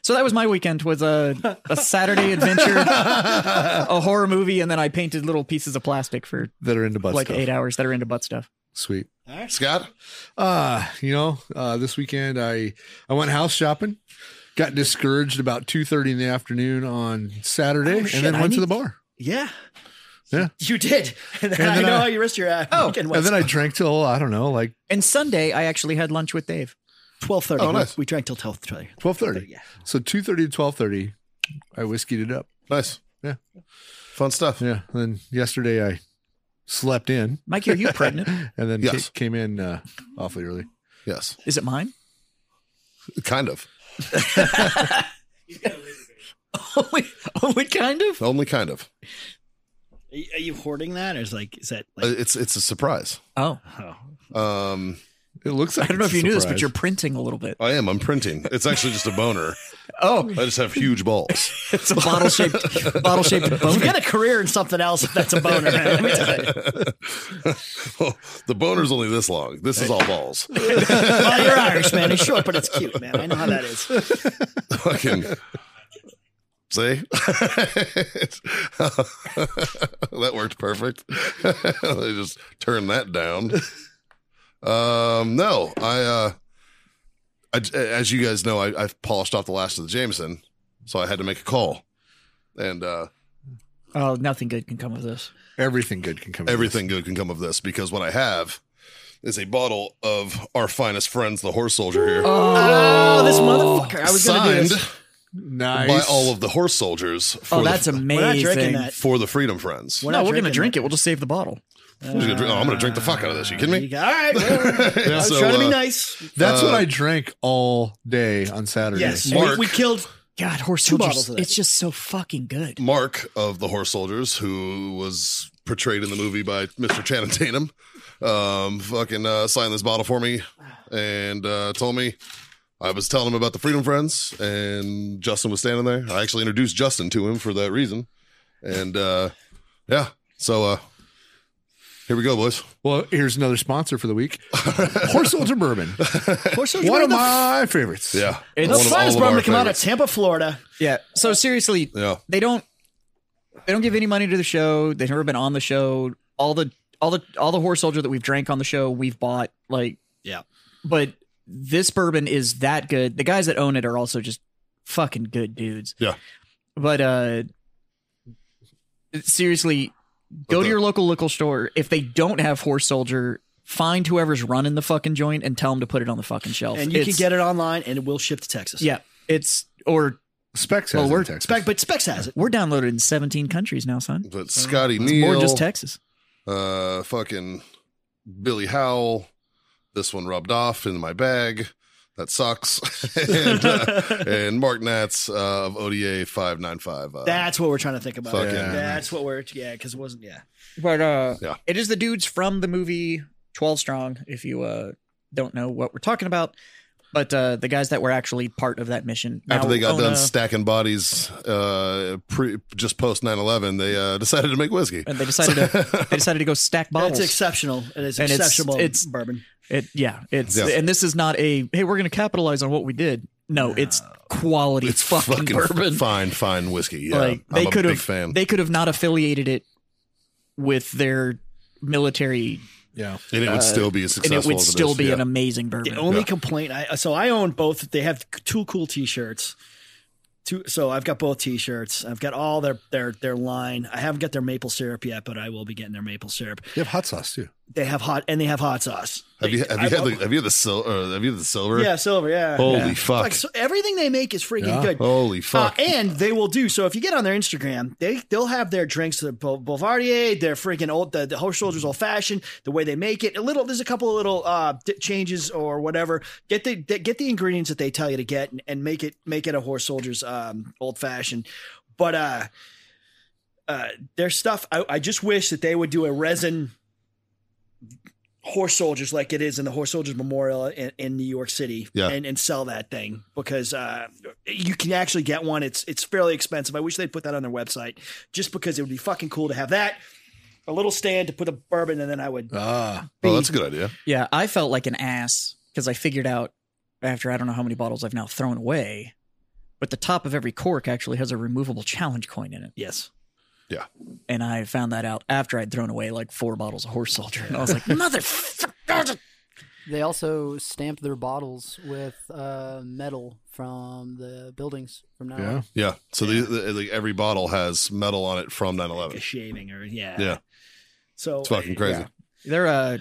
S6: so that was my weekend was a, a Saturday adventure, a horror movie, and then I painted little pieces of plastic for
S4: that are into butt
S6: like
S4: stuff.
S6: eight hours that are into butt stuff.
S4: Sweet.
S1: Scott,
S4: Uh, you know, uh, this weekend I I went house shopping. Got discouraged about two thirty in the afternoon on Saturday,
S6: Oh,
S4: and
S7: shit,
S4: then
S7: I
S4: went to
S7: need-
S4: the bar.
S7: Yeah.
S4: Yeah.
S7: You did. And then
S4: And
S7: I
S4: then
S7: know
S4: I-
S7: how you risked your ass. weekend
S4: Oh, and
S7: was.
S4: then I drank till I don't know, like
S6: And Sunday, I actually had lunch with Dave.
S7: twelve thirty.
S1: Oh, nice.
S7: We drank till twelve thirty.
S4: twelve thirty.
S7: Yeah.
S4: So two thirty to twelve thirty, I whiskeyed it up.
S1: nice,
S4: Yeah.
S1: fun stuff.
S4: Yeah. And then yesterday I slept in,
S6: Mikey, are you pregnant?
S4: and then
S1: Yes.
S4: ca- came in uh, awfully early.
S1: Yes,
S6: Is it mine?
S1: kind of.
S7: Oh,
S6: only, only Oh, kind of.
S1: Only kind of.
S7: Are you, are you hoarding that, or is like is that
S1: Uh,
S7: like?
S1: It's it's a surprise.
S6: Oh,
S1: Um,
S4: It looks
S6: I
S4: like
S6: don't know if
S4: it's a
S6: you knew this, but
S4: surprise.
S6: you're printing a little bit.
S7: Uh,
S1: I am. I'm printing. It's actually just a boner.
S6: Oh,
S1: I just have huge balls.
S6: it's a bottle shaped bottle shaped
S7: You've
S6: boner.
S7: got a career in something else. If that's a boner. man. Let me tell you.
S1: Well, the boner's only this long. This is all balls.
S7: Well, you're Irish, man. It's short, but it's cute, man. I know how that is.
S1: fucking see that worked perfect they just turned that down um no i uh I, as you guys know I, i've polished off the last of the jameson so i had to make a call and uh
S6: Oh, nothing good can come of this.
S4: everything good can come. out of
S1: everything good can come of this because what i have is a bottle of our finest friends the horse soldier here
S7: Oh, this motherfucker! I was gonna do
S1: signed
S7: this.
S4: this. Nice.
S1: by all of the horse soldiers for
S6: oh, that's
S1: the,
S6: amazing.
S7: We're not drinking that.
S1: for the freedom friends
S7: We're
S6: no,
S7: not
S6: we're gonna
S7: drinking
S6: drink it. We'll just save the bottle.
S1: I'm, just gonna drink, oh, I'm gonna drink the fuck out of this. You kidding
S7: that.
S1: me?
S7: You got- All right. Well, I was
S1: So,
S7: trying to be
S1: uh,
S7: nice.
S4: That's what
S1: uh,
S4: I drank all day on Saturday.
S7: Yes,
S1: Mark-
S7: we, we killed.
S6: God, horse
S7: Two
S6: soldiers.
S7: bottles of that.
S6: It's just so fucking good.
S1: Mark of the Horse Soldiers, who was portrayed in the movie by Mr. Channing Tatum, um, fucking uh, signed this bottle for me and uh, told me I was telling him about the Freedom Friends, and Justin was standing there. I actually introduced Justin to him for that reason, and uh, yeah, so uh, here we go, boys.
S4: Well, here's another sponsor for the week: Horse Soldier Bourbon,
S7: Horse Soldier
S4: one of
S7: Bourbon, the
S4: my favorites.
S1: Yeah,
S6: It's
S7: The
S1: One of all
S7: finest
S1: of
S7: bourbon
S1: our
S7: to come out of
S1: favorites.
S7: Tampa, Florida.
S6: Yeah. So seriously,
S1: Yeah,
S6: they don't they don't give any money to the show. They've never been on the show. All the all the all the horse soldier that we've drank on the show, we've bought like
S7: Yeah.
S6: But this bourbon is that good. The guys that own it are also just fucking good dudes.
S1: Yeah.
S6: But uh seriously, go
S1: But
S6: to
S1: the-
S6: your local liquor store. If they don't have horse soldier, find whoever's running the fucking joint and tell them to put it on the fucking shelf.
S7: And you
S6: It's-
S7: can get it online and it will ship to Texas.
S6: Yeah. It's or
S4: Specs
S6: Well,
S4: has
S6: we're
S4: it in Texas.
S7: Spec, but Specs has it.
S6: we're downloaded in 17 countries now, son.
S7: Mm.
S1: but Scotty
S6: It's more
S1: Neal,
S6: just Texas.
S1: uh, fucking Billy Howell. This one rubbed off in my bag. That sucks. and, uh, and Mark Nats uh, of ODA five nine five. uh,
S7: That's what we're trying to think about.
S1: Fuck yeah.
S7: Yeah. That's what we're yeah, because it wasn't yeah.
S6: But uh
S1: Yeah.
S6: it is the dudes from the movie 12 Strong if you uh don't know what we're talking about. But uh the guys that were actually part of that mission now
S1: after they got
S6: own
S1: done
S6: a-
S1: stacking bodies uh pre, just post 9-11 they uh decided to make whiskey
S6: and they decided to they decided to go stack bottles.
S7: It's exceptional. It is
S6: And it's-
S7: exceptional
S6: it's-
S7: bourbon.
S6: it yeah, it's
S1: Yeah.
S6: and this is not a hey, we're going to capitalize on what we did. No, it's quality
S1: it's
S6: fucking,
S1: fucking
S6: bourbon.
S1: fine fine whiskey yeah
S6: like
S1: I'm
S6: they
S1: a
S6: could
S1: big
S6: have
S1: fan
S6: they could have not affiliated it with their military
S4: yeah.
S1: and it would still be as
S6: uh, and
S1: successful
S6: it would
S1: as
S6: still
S1: is,
S6: be
S1: yeah.
S6: an amazing
S7: The
S6: bourbon.
S7: only complaint I so I own both. They have two cool T-shirts. Two, so I've got both T-shirts. I've got all their their their line. I haven't got their maple syrup yet, but I will be getting their maple syrup.
S4: They have hot sauce too.
S7: They have hot and they have hot sauce.
S1: have you
S7: They-
S1: have you
S7: I-
S1: had the have you had the silver have you had the silver
S7: yeah silver yeah
S1: holy
S7: Yeah.
S1: fuck
S7: Like, so everything they make is freaking
S4: Yeah.
S7: good.
S1: holy
S7: Uh,
S1: fuck
S7: and they will do so if you get on their Instagram, they they'll have their drinks, the Bou- Boulevardier, their freaking old the, the host soldiers old fashioned, the way they make it. A little there's a couple of little uh, di changes or whatever. Get the, the- get the ingredients that they tell you to get and, and make it make it a horse soldiers um, old fashioned. But uh, uh, their stuff, I, I just wish that they would do a resin horse soldiers like it is in the horse soldiers memorial in, in new york city
S1: Yeah.
S7: and, and sell that thing because uh, you can actually get one it's it's fairly expensive i wish they'd put that on their website just because it would be fucking cool to have that a little stand to put a bourbon and then i would
S4: Ah,
S1: oh that's a good idea
S6: Yeah, I felt like an ass because I figured out after I don't know how many bottles I've now thrown away, but the top of every cork actually has a removable challenge coin in it.
S7: yes
S6: And I found that out after I'd thrown away like four bottles of Horse Soldier. And I was like, motherfucker.
S5: They also stamped their bottles with uh, metal from the buildings from now
S4: yeah.
S5: on.
S1: yeah so The, the, like every bottle has metal on it from 9-11
S7: a shaving or yeah
S1: yeah
S7: so
S1: it's fucking crazy
S6: They're, uh,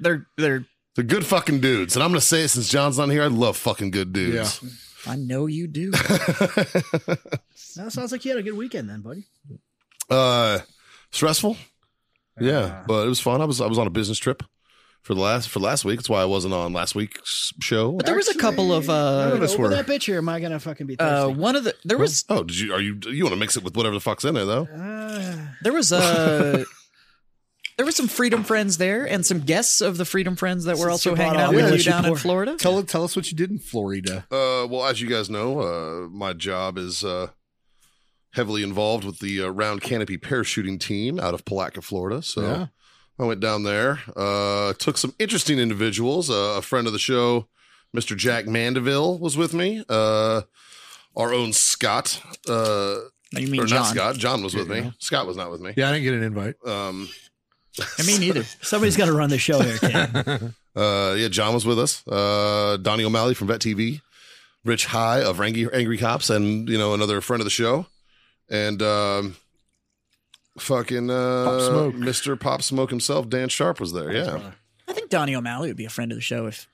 S6: they're, they're,
S1: they're good fucking dudes and i'm gonna say it since john's not here i love fucking good dudes
S6: I know you do.
S7: that sounds like you had a good weekend then buddy
S1: Uh, stressful. Yeah, but it was fun. I was I was on a business trip for the last for last week. That's why I wasn't on last week's show.
S6: But there was a couple of,
S7: I'm
S6: uh,
S7: gonna
S4: us
S7: open
S4: were-
S7: that bitch or am i gonna fucking be
S6: uh,
S7: thirsty?
S6: one of the, there was,
S1: Oh, did you are you you want to mix it with whatever the fuck's in there though?
S7: Ah.
S6: there was, uh, there were some Freedom Friends there and some guests of the Freedom Friends that were
S7: Since you
S6: also
S7: brought
S6: hanging
S7: all
S6: out
S7: the
S6: with you
S7: English you
S6: down in
S7: pour.
S6: Florida.
S4: Tell tell us what you did in Florida.
S1: Uh, well, as you guys know, uh, my job is uh heavily involved with the uh, Round Canopy parachuting team out of Palatka, Florida. So
S4: Yeah.
S1: I went down there, uh, took some interesting individuals. Uh, a friend of the show, Mr. Jack Mandeville, was with me. Uh, our own Scott. Uh,
S6: No, you mean
S1: or
S6: John.
S1: not Scott. John was with
S4: Yeah.
S1: me. Scott was not with me.
S4: Yeah, I didn't get an invite.
S1: Um,
S6: I mean, neither.
S7: somebody's got to run the show here kid.
S1: uh, yeah, John was with us. Uh, Donnie O'Malley from Vet TV, Rich High of Angry, Angry Cops, and you know another friend of the show, and um, fucking uh,
S4: Pop Smoke.
S1: Mr. Pop Smoke himself, Dan Sharp was there. yeah,
S6: I think Donnie O'Malley would be a friend of the show if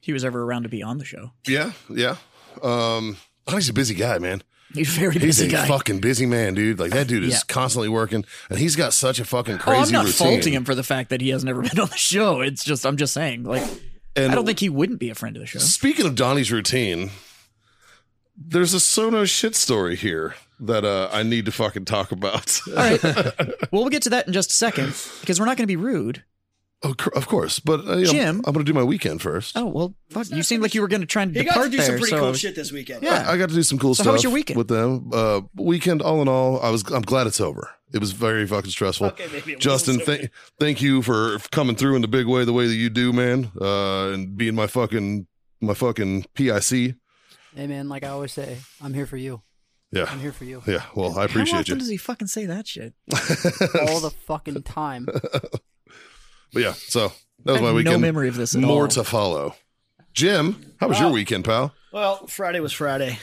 S6: he was ever around to be on the show.
S1: yeah, yeah. Um, Donnie's a busy guy, man.
S6: He's a very
S1: He's
S6: busy
S1: a
S6: guy.
S1: fucking busy man, dude. Like that dude is
S6: Yeah.
S1: constantly working, and he's got such a fucking
S6: oh,
S1: crazy.
S6: I'm not
S1: routine.
S6: faulting him for the fact that he has never been on the show. It's just I'm just saying, like,
S1: And
S6: I don't think he wouldn't be a friend of the show.
S1: Speaking of Donnie's routine, there's a Sono shit story here that uh, I need to fucking talk about.
S6: All right. well, we'll get to that in just a second because we're not going to be rude.
S1: Oh, cr- of course, but uh, you know,
S6: Jim?
S1: I'm going to do my weekend first.
S6: Oh well, fuck. You seemed like you were going to try and
S7: He got
S6: depart
S7: to do
S6: there.
S7: some pretty
S6: so I
S7: cool
S6: was-
S7: shit this weekend.
S6: Yeah.
S1: I got to do some cool
S6: So
S1: stuff
S6: how was your weekend?
S1: with them. Uh, weekend, all in all, I was I'm glad it's over. It was very fucking stressful.
S7: Okay, maybe it
S1: Justin,
S7: wasn't so
S1: thank thank you for coming through in the big way, the way that you do, man, uh, and being my fucking my fucking pic.
S5: Hey man, like I always say, I'm here for you.
S1: Yeah,
S5: I'm here for you
S1: yeah. Well, I
S6: How
S1: appreciate
S6: often
S1: you.
S6: does he fucking say that shit?
S5: all the fucking time.
S1: but yeah, so that was
S6: I
S1: my
S6: have
S1: weekend.
S6: No memory of this at
S1: More
S6: all.
S1: to follow. Jim, how was your weekend, pal?
S7: Well, Friday was Friday.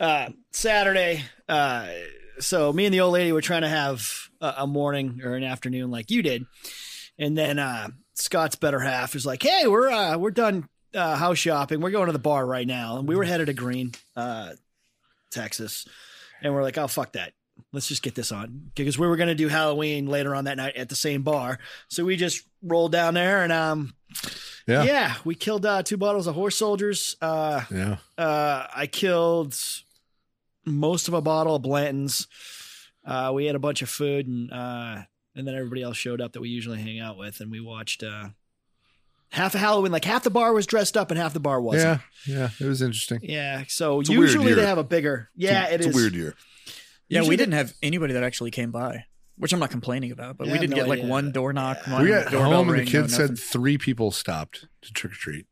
S7: Uh, Saturday, uh, so me and the old lady were trying to have a, a morning or an afternoon like you did, and then uh, Scott's better half is like, "Hey, we're uh, we're done uh, house shopping. We're going to the bar right now." And we were headed to Green, uh, Texas, and we're like, "Oh fuck that." Let's just get this on because we were going to do Halloween later on that night at the same bar. So we just rolled down there and, um,
S4: Yeah.
S7: yeah, we killed uh, two bottles of horse soldiers. Uh,
S4: Yeah.
S7: uh, I killed most of a bottle of Blanton's. Uh, we had a bunch of food, and uh, and then everybody else showed up that we usually hang out with, and we watched uh, half of Halloween. Like half the bar was dressed up, and half the bar wasn't.
S4: Yeah. Yeah. It was interesting.
S7: Yeah, so
S1: It's a weird
S7: usually they
S1: year.
S7: have a bigger. Yeah,
S1: it's
S7: it's
S1: a weird year.
S6: Yeah,
S7: Usually
S6: we
S7: they-
S6: didn't have anybody that actually came by, which I'm not complaining about. But
S7: I
S6: we
S7: have
S6: did
S7: no
S6: get like
S7: idea.
S6: one door knock, one
S4: We got
S6: doorbell
S4: home and the
S6: ring,
S4: kids
S6: no
S4: said
S6: nothing.
S4: three people stopped to trick or treat.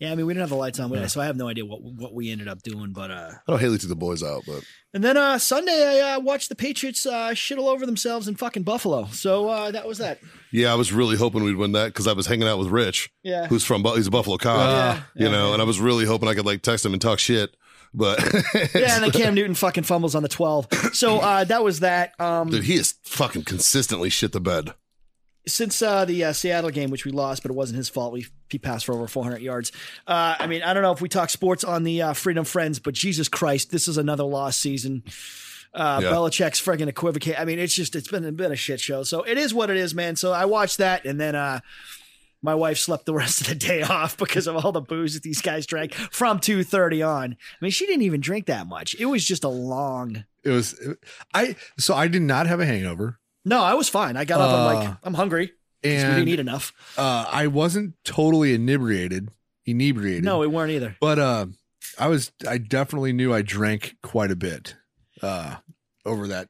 S7: Yeah, I mean we didn't have the lights on, so I have no idea what what we ended up doing. But uh,
S1: I know Haley took the boys out, but
S7: and then uh, Sunday I uh, watched the Patriots uh, shit all over themselves in fucking Buffalo. So uh, that was that.
S1: yeah, I was really hoping we'd win that because I was hanging out with Rich,
S7: Yeah.
S1: who's from Bu- he's a Buffalo cop,
S4: Ah.
S1: you know, and I was really hoping I could like text him and talk shit, but
S7: Yeah, and then Cam Newton fucking fumbles on the 12. So uh, that was that. Um,
S1: dude, he is fucking consistently shit the bed.
S7: since uh, the uh, Seattle game, which we lost, but it wasn't his fault, we he passed for over 400 yards. Uh, I mean, I don't know if we talk sports on the uh, Freedom Friends, but Jesus Christ, this is another lost season. Uh,
S1: Yeah.
S7: Belichick's friggin' equivocate. I mean, it's just it's been been a shit show. So it is what it is, man. So I watched that, and then uh, my wife slept the rest of the day off because of all the booze that these guys drank from 2:30 on. I mean, she didn't even drink that much. It was just a long
S4: It was, I, so I did not have a hangover.
S7: No, I was fine. I got up. I'm like,
S4: Uh,
S7: I'm hungry. 'cause we
S4: And
S7: didn't eat enough.
S4: uh, I wasn't totally inebriated, inebriated.
S7: No, we weren't either.
S4: but uh, I was. I definitely knew I drank quite a bit uh, over that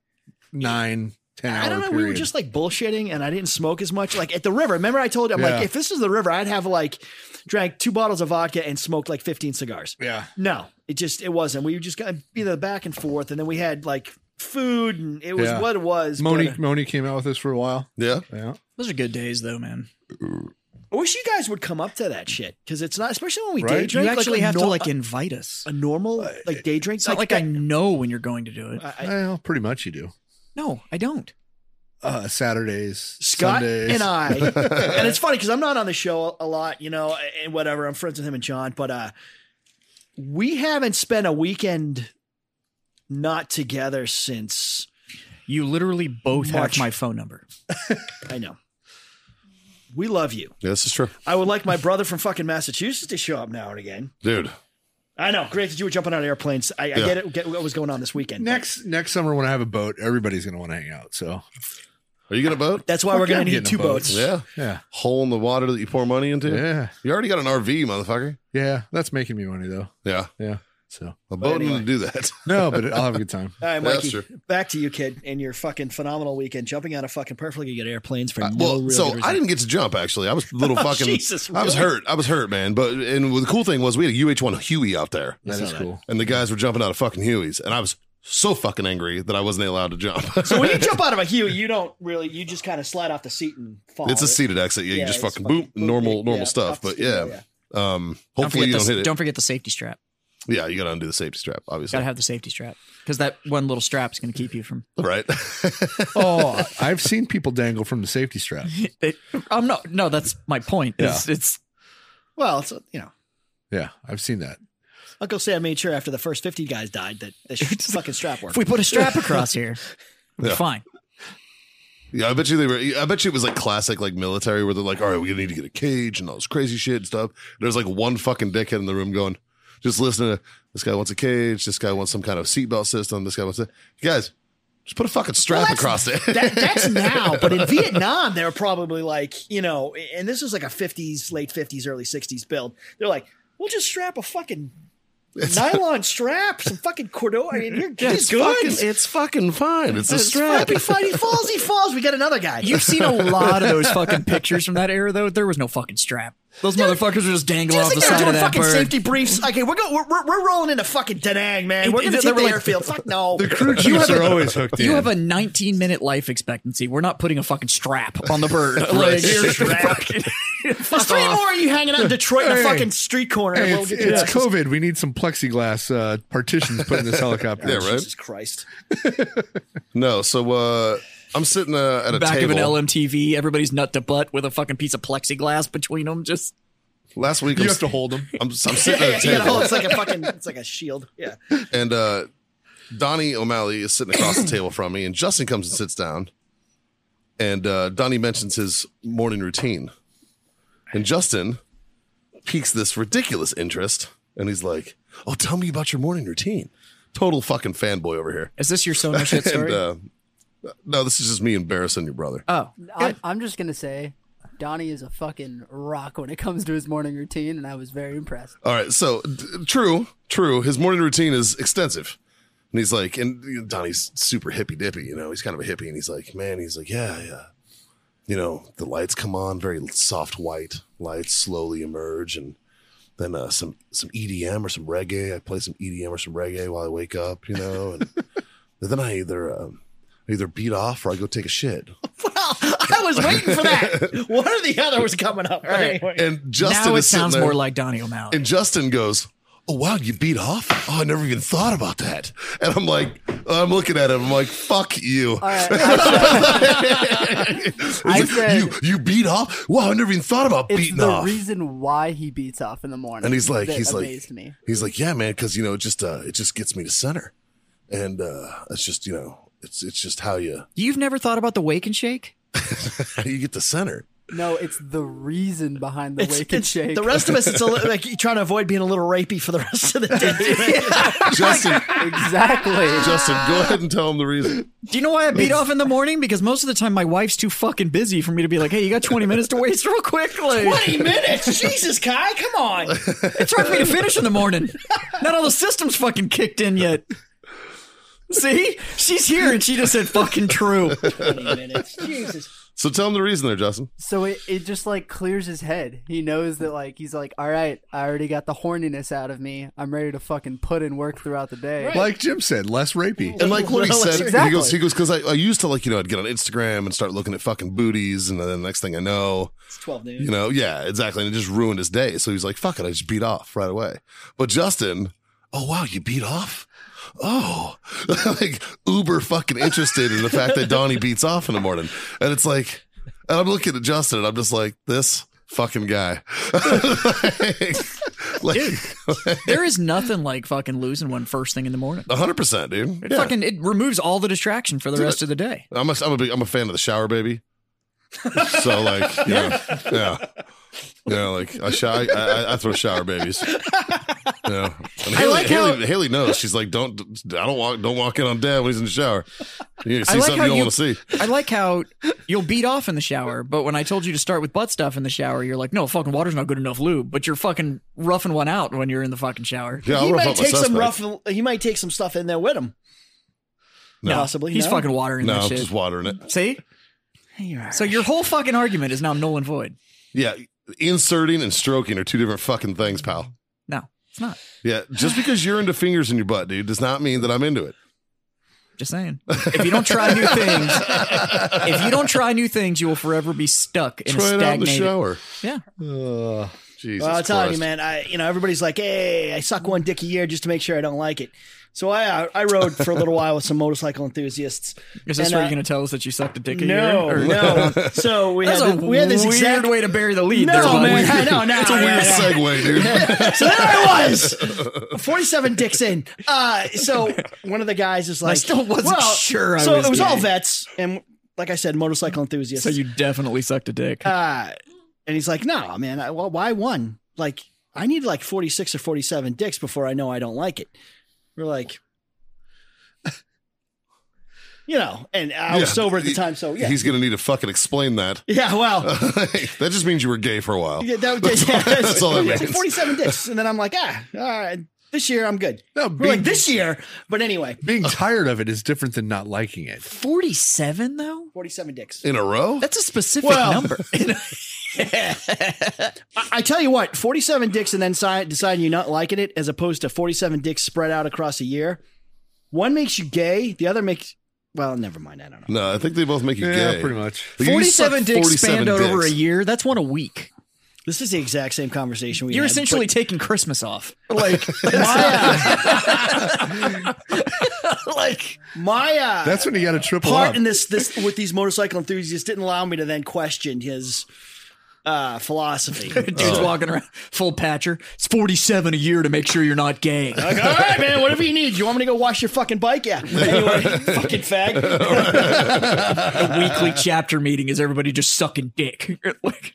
S4: nine, ten hour
S7: I don't know.
S4: period.
S7: We were just like bullshitting, and I didn't smoke as much. Like at the river. Remember, I told you, I'm
S4: Yeah.
S7: like, if this is the river, I'd have like drank two bottles of vodka and smoked like 15 cigars.
S4: yeah,
S7: No, it just it wasn't. We just got either back and forth, and then we had like food, and it was
S4: Yeah.
S7: what it was. but,
S4: Moni Moni came out with this for a while.
S1: Yeah,
S4: Yeah,
S6: Those are good days, though, man.
S7: uh, I wish you guys would come up to that shit because it's not, especially when we
S4: Right?
S7: day
S4: You
S7: drink.
S6: you
S7: like,
S6: actually
S7: a
S6: have to
S7: nor-
S6: like invite us.
S7: a normal like day drink.
S6: It's not like, I know when you're going to do
S1: Uh,
S6: it.
S7: I- I-
S4: well, pretty much you do.
S6: no, I don't.
S4: Uh, Saturdays,
S7: Scott
S4: Sundays.
S7: and I, and it's funny because I'm not on the show a lot, you know, and whatever. I'm friends with him and John, but uh, we haven't spent a weekend not together since
S6: You literally both
S7: March.
S6: have my phone number.
S7: I know. We love you.
S1: yeah, this is true,
S7: I would like my brother from fucking Massachusetts to show up now and again.
S1: dude.
S7: I know. Great that you were jumping out of airplanes. I, I
S1: Yeah.
S7: get it. Get what was going on this weekend.
S4: Next next summer when I have a boat, everybody's gonna want to hang out. So
S1: Are you gonna boat?
S7: That's why we're
S4: yeah,
S7: going
S4: I'm
S7: to need
S4: getting a
S7: two
S4: boat.
S7: boats.
S1: Yeah,
S4: yeah,
S1: hole in the water that you pour money into.
S4: yeah,
S1: You already got an RV, motherfucker.
S4: yeah. That's making me money though.
S1: Yeah,
S4: Yeah. So
S1: a boat to do that.
S4: no, but I'll have a good time.
S7: All right,
S1: That's
S7: Mikey, back to you, kid, and your fucking phenomenal weekend jumping out of fucking perfectly good airplanes for no
S1: Uh, well,
S7: real
S1: so
S7: good reason.
S1: I didn't get to jump actually. I was a little
S7: Oh,
S1: fucking.
S7: Jesus,
S1: I was
S7: really?
S1: hurt. I was hurt, man. But and the cool thing was we had a UH1 Huey out there,
S4: That is cool.
S1: and the guys were jumping out of fucking Hueys, and I was so fucking angry that I wasn't allowed to jump.
S7: So when you jump out of a Huey, you don't really, you just kind of slide off the seat and fall.
S1: it's a seated exit. Yeah, you just
S7: it's
S1: fucking boop, normal,
S7: yeah,
S1: normal
S7: off
S1: stuff.
S7: the
S1: But
S7: steering wheel,
S1: yeah, um, hopefully you
S6: don't forget the,
S1: don't hit it.
S6: Don't forget the safety strap.
S1: Yeah, you got to undo the safety strap, obviously.
S6: Gotta have the safety strap because that one little strap's gonna keep you from.
S1: right?
S4: Oh, I've seen people dangle from the safety strap.
S6: It, I'm not. No, that's my point. It's, it's
S7: Well, it's, you know,
S4: Yeah, I've seen that.
S7: Uncle Sam made sure after the first 50 guys died that the sh- fucking strap
S6: if
S7: worked.
S6: we put a strap across here, we're
S1: Yeah.
S6: fine.
S1: yeah, I bet you they were. I bet you it was like classic, like military, where they're like, "All right, we need to get a cage and all this crazy shit and stuff." There's like one fucking dickhead in the room going, "Just listen to this guy wants a cage. This guy wants some kind of seatbelt system. This guy wants it." Guys, Just put a fucking strap
S7: Well,
S1: across it.
S7: That, that's now, but in Vietnam, they were probably like, you know, and this was like a 50s, late 50s, early 60s build. They're like, we'll just strap a fucking nylon strap, some fucking cordoba. I mean, you're
S1: Yeah,
S7: he's good.
S1: Fucking, it's fucking fine. It's a strap.
S7: Happy fight. He falls. He falls. We got another guy.
S6: You've seen a lot of those fucking pictures from that era, though. There was no fucking strap. Those motherfuckers were just dangling
S7: Just
S6: off
S7: like
S6: the
S7: they're
S6: side
S7: doing
S6: of that
S7: fucking
S6: bird.
S7: safety briefs. Okay, we're going. We're, we're, we're rolling into fucking Danang, man.
S6: And
S7: We're gonna
S6: they
S7: take
S6: were
S7: the
S6: like-
S7: airfield. Fuck no.
S4: The crew chiefs are always hooked in.
S6: You have a 19 minute life expectancy. We're not putting a fucking strap on the bird.
S1: Right.
S6: Like, you're
S1: Strap.
S6: fucking-
S7: There's three more of you hanging out in Detroit in a
S4: Hey.
S7: fucking street corner.
S4: Hey,
S7: We'll
S4: it's,
S7: get-
S4: it's
S7: Yeah.
S4: COVID. We need some plexiglass uh, partitions put in this helicopter.
S1: Yeah, right.
S7: Jesus Christ.
S1: No, so uh, I'm sitting uh, at a
S6: back
S1: table.
S6: of an LMTV. Everybody's nut to butt with a fucking piece of plexiglass between them. Just
S1: Last week,
S4: You
S1: I'm,
S4: have to hold them.
S1: I'm, I'm
S7: Yeah,
S4: Oh,
S1: sitting
S7: yeah,
S1: at a
S7: you know,
S1: table,
S7: it's like a fucking. It's like a shield. Yeah.
S1: and uh, Donnie O'Malley is sitting across the table from me, and Justin comes and sits down, and uh, Donnie mentions his morning routine, and Justin piques this ridiculous interest, and he's like, "Oh, tell me about your morning routine." Total fucking fanboy over here.
S6: is this your so no shit
S1: And
S6: story?
S1: uh, no, this is just me embarrassing your brother.
S6: oh,
S5: I'm, I'm just gonna say, Donnie is a fucking rock when it comes to his morning routine, and I was very impressed.
S1: All right. So d- true, true. His morning routine is extensive. And he's like, and you know, Donnie's super hippy dippy, you know, he's kind of a hippie. And he's like, man, he's like, yeah, yeah. You know, the lights come on, very soft white lights slowly emerge. And then uh, some, some EDM or some reggae. I play some EDM or some reggae while I wake up, you know, and, and then I either, um, I either beat off or I go take a shit.
S7: Well, I was waiting for that. One or the other was coming up. But anyway.
S1: And Justin
S6: now it
S1: is sitting
S6: sounds
S1: there-
S6: more like Donnie O'Malley.
S1: And Justin goes, Oh, wow, you beat off? Oh, I never even thought about that. And I'm like, I'm looking at him. I'm like, fuck you.
S5: All right, I-
S1: It's
S5: I
S1: like,
S5: said-
S1: you, you beat off? Wow, I never even thought about
S5: it's
S1: beating
S5: the
S1: off.
S5: reason why he beats off in the morning.
S1: and he's like,
S5: that
S1: he's like,
S5: amazed me.
S1: he's like, yeah, man, because, you know, it just, uh, it just gets me to center. And uh, it's just, you know, it's, it's just how you,
S6: You've never thought about the wake and shake?
S1: how you get to center.
S5: No, it's the reason behind the
S7: It's-
S5: wake and
S7: it's-
S5: shake.
S7: The rest of us, it's a little, like you're trying to avoid being a little rapey for the rest of the day.
S5: Oh
S1: Justin,
S5: exactly.
S1: Justin, go ahead and tell him the reason.
S6: Do you know why I beat off in the morning? Because most of the time my wife's too fucking busy for me to be like, hey, you got 20 minutes to waste real quick. Like,
S7: 20 minutes, Jesus, Kai, come on.
S6: It's hard for me to finish in the morning. Not all the systems fucking kicked in yet. See? She's here and she just said fucking true.
S7: 20 minutes, Jesus.
S1: So tell him the reason there, Justin.
S5: So it, it just like clears his head. He knows that like he's like, all right, I already got the horniness out of me. I'm ready to fucking put in work throughout the day.
S4: Like Jim said, less rapey.
S1: And like what he
S7: Well,
S1: said,
S5: exactly.
S1: he goes, he goes, because I, I used to like, you know, I'd get on Instagram and start looking at fucking booties, and then the next thing I know,
S7: It's 12 noon.
S1: you know, yeah, exactly, and it just ruined his day. So he's like, fuck it, I just beat off right away. But Justin, oh wow, you beat off. Oh, like uber fucking interested in the fact that Donnie beats off in the morning, and it's like, and I'm looking at Justin, and I'm just like, this fucking guy. like,
S6: There is nothing like fucking losing one first thing in the morning.
S1: hundred percent, dude.
S6: It
S1: Yeah.
S6: fucking it removes all the distraction for the rest of the day.
S1: I'm a, I'm a big, I'm a fan of the shower baby. So like, you know, yeah, yeah, like I, show, I, I I throw shower babies. Yeah, and Haley,
S6: like how-
S1: Haley, Haley knows. She's like, don't I don't walk don't walk in on dad when he's in the shower. You see
S6: I like
S1: something
S6: how
S1: you don't
S6: you-
S1: want to see.
S6: I like how you'll beat off in the shower, but when I told you to start with butt stuff in the shower, you're like, no, fucking water's not good enough lube, but you're fucking roughing one out when you're in the fucking shower.
S1: Yeah, I'll
S7: he
S1: rough
S7: might
S1: up a
S7: take some
S1: suspect.
S7: rough, he might take some stuff in there with him.
S1: No.
S7: Possibly.
S6: He's
S7: no?
S6: fucking watering
S1: No,
S6: that
S1: I'm
S6: shit.
S1: just watering it.
S6: See? So your whole fucking argument is now null and void.
S1: Yeah, inserting and stroking are two different fucking things, pal.
S6: No, it's not.
S1: Yeah, just because you're into fingers in your butt, dude, does not mean that I'm into it.
S6: Just saying. If you don't try new things, if you don't try new things, you will forever be stuck in
S1: Try
S6: a
S1: it out in the
S6: stagnated.
S1: shower.
S6: Yeah.
S1: Jesus
S7: Well, I'm telling
S1: Christ.
S7: you, man. I, you know, everybody's like, "Hey, I suck one dick a year just to make sure I don't like it." So I, uh, I rode for a little while with some motorcycle enthusiasts.
S6: Is this
S7: And,
S6: where
S7: uh,
S6: you're going to tell us that you sucked a dick a
S7: No,
S6: year? Or-
S7: no. So we
S6: That's
S7: had,
S6: a
S7: this, we had this
S6: weird
S7: exact
S6: way to bury the lead.
S7: No,
S6: there, bud.
S7: man. I know. No,
S1: It's a
S7: yeah,
S1: weird
S7: yeah.
S1: segue, dude.
S7: So there I was, 47 dicks in. Uh, so one of the guys is like,
S6: still wasn't
S7: well,
S6: sure I
S7: so
S6: was
S7: it was all
S6: gay.
S7: vets, and like I said, motorcycle enthusiasts.
S6: So you definitely sucked a dick.
S7: uh, and he's like, "No, man. I, well, why one? Like, I need like 46 or 47 dicks before I know I don't like it." We're like, you know, and I was
S1: Yeah,
S7: sober at the
S1: he-
S7: time, so yeah.
S1: He's gonna need to fucking explain that.
S7: yeah, well,
S1: that just means you were gay for a while.
S7: yeah, that,
S1: that's,
S7: yeah,
S1: all, that's all that
S7: yeah,
S1: means.
S7: 47 dicks. And then I'm like, ah, all right, this year I'm good.
S4: No,
S7: We're like,
S4: being,
S7: this year. But anyway,
S4: being tired of it is different than not liking it.
S6: 47 though?
S7: 47 dicks.
S1: In a row?
S6: That's a specific
S7: Well-
S6: number.
S7: I, I tell you what, 47 dicks and then si- deciding you're not liking it as opposed to 47 dicks spread out across a year. One makes you gay, the other makes, well, never mind. I don't know.
S1: no, I think they both make you
S4: Yeah,
S1: gay.
S4: pretty much.
S1: Like, you suck
S6: 47 dicks
S1: 47
S6: spanned out over a
S1: dicks.
S6: year. That's one a week.
S7: This is the exact same conversation we
S6: You're
S7: had,
S6: essentially taking Christmas off. Like,
S7: but my, uh,
S6: like
S7: my uh,
S4: That's when you got to triple
S7: part
S4: up.
S7: in this this with these motorcycle enthusiasts didn't allow me to then question his uh, philosophy. Like,
S6: dude's walking around full patcher. It's 47 a year to make sure you're not gay.
S7: All right, man. Whatever you need. You want me to go wash your fucking bike? Yeah. Anyway, fucking fag.
S6: a weekly chapter meeting is everybody just sucking dick. like,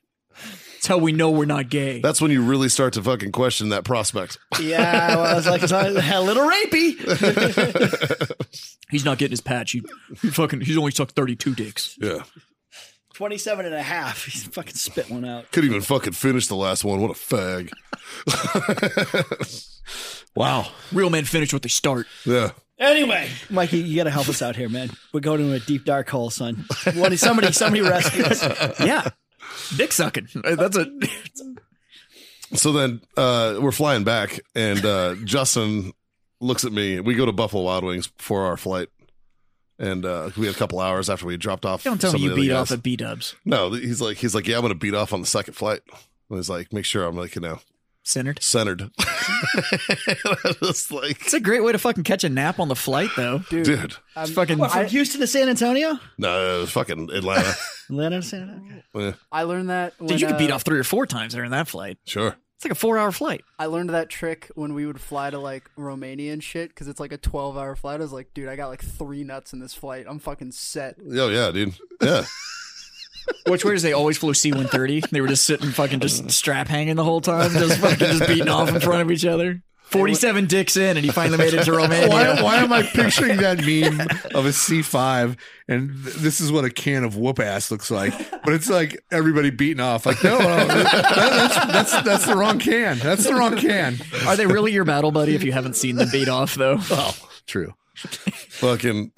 S6: that's how we know we're not gay.
S1: That's when you really start to fucking question that prospect.
S7: Yeah. Well, I was like, it's not- a little rapey.
S6: He's not getting his patch. He, he fucking he's only sucked 32 dicks.
S1: Yeah.
S7: 27 and a half. He fucking spit one out.
S1: Couldn't even fucking finish the last one. What a fag.
S4: wow.
S6: Real men finish what they start.
S1: Yeah.
S7: Anyway, Mikey, you got to help us out here, man. We're going into a deep dark hole, son. What is- Somebody, somebody rescue us.
S6: Yeah. Dick sucking. Uh, That's a
S1: So then uh, we're flying back, and uh, Justin looks at me. We go to Buffalo Wild Wings for our flight. And uh, we had a couple hours after we dropped off.
S6: Don't tell
S1: some
S6: me
S1: of
S6: you
S1: the
S6: beat
S1: other
S6: off
S1: guys.
S6: at B dubs.
S1: No, he's like, he's like, yeah, I'm gonna beat off on the second flight. And he's like, make sure I'm like, you know,
S6: Centered.
S1: centered. and I was like,
S6: It's a great way to fucking catch a nap on the flight though.
S5: dude.
S1: dude,
S5: I'm-
S6: Fucking
S7: What, from
S5: I-
S7: Houston to San Antonio?
S1: no, it was fucking Atlanta.
S7: Atlanta to San Antonio.
S1: Yeah,
S5: I learned that. When,
S6: Dude, you could beat
S5: uh,
S6: off three or four times during that flight.
S1: sure.
S6: It's like a four hour flight.
S5: I learned that trick when we would fly to like Romania and shit because it's like a 12 hour flight. I was like, dude, I got like three nuts in this flight. I'm fucking set.
S1: Oh yeah, dude. Yeah.
S6: Which way does they always flew C one thirty? They were just sitting fucking just strap hanging the whole time, just fucking just beating off in front of each other. Forty seven dicks in and he finally made it to Romania.
S4: Why, why am I picturing that meme of a C5 and th- this is what a can of whoop ass looks like? But it's like everybody beating off. Like, no, no, that- that's, that's, that's the wrong can. That's the wrong can.
S6: Are they really your battle buddy if you haven't seen them beat off though?
S4: True.
S1: fucking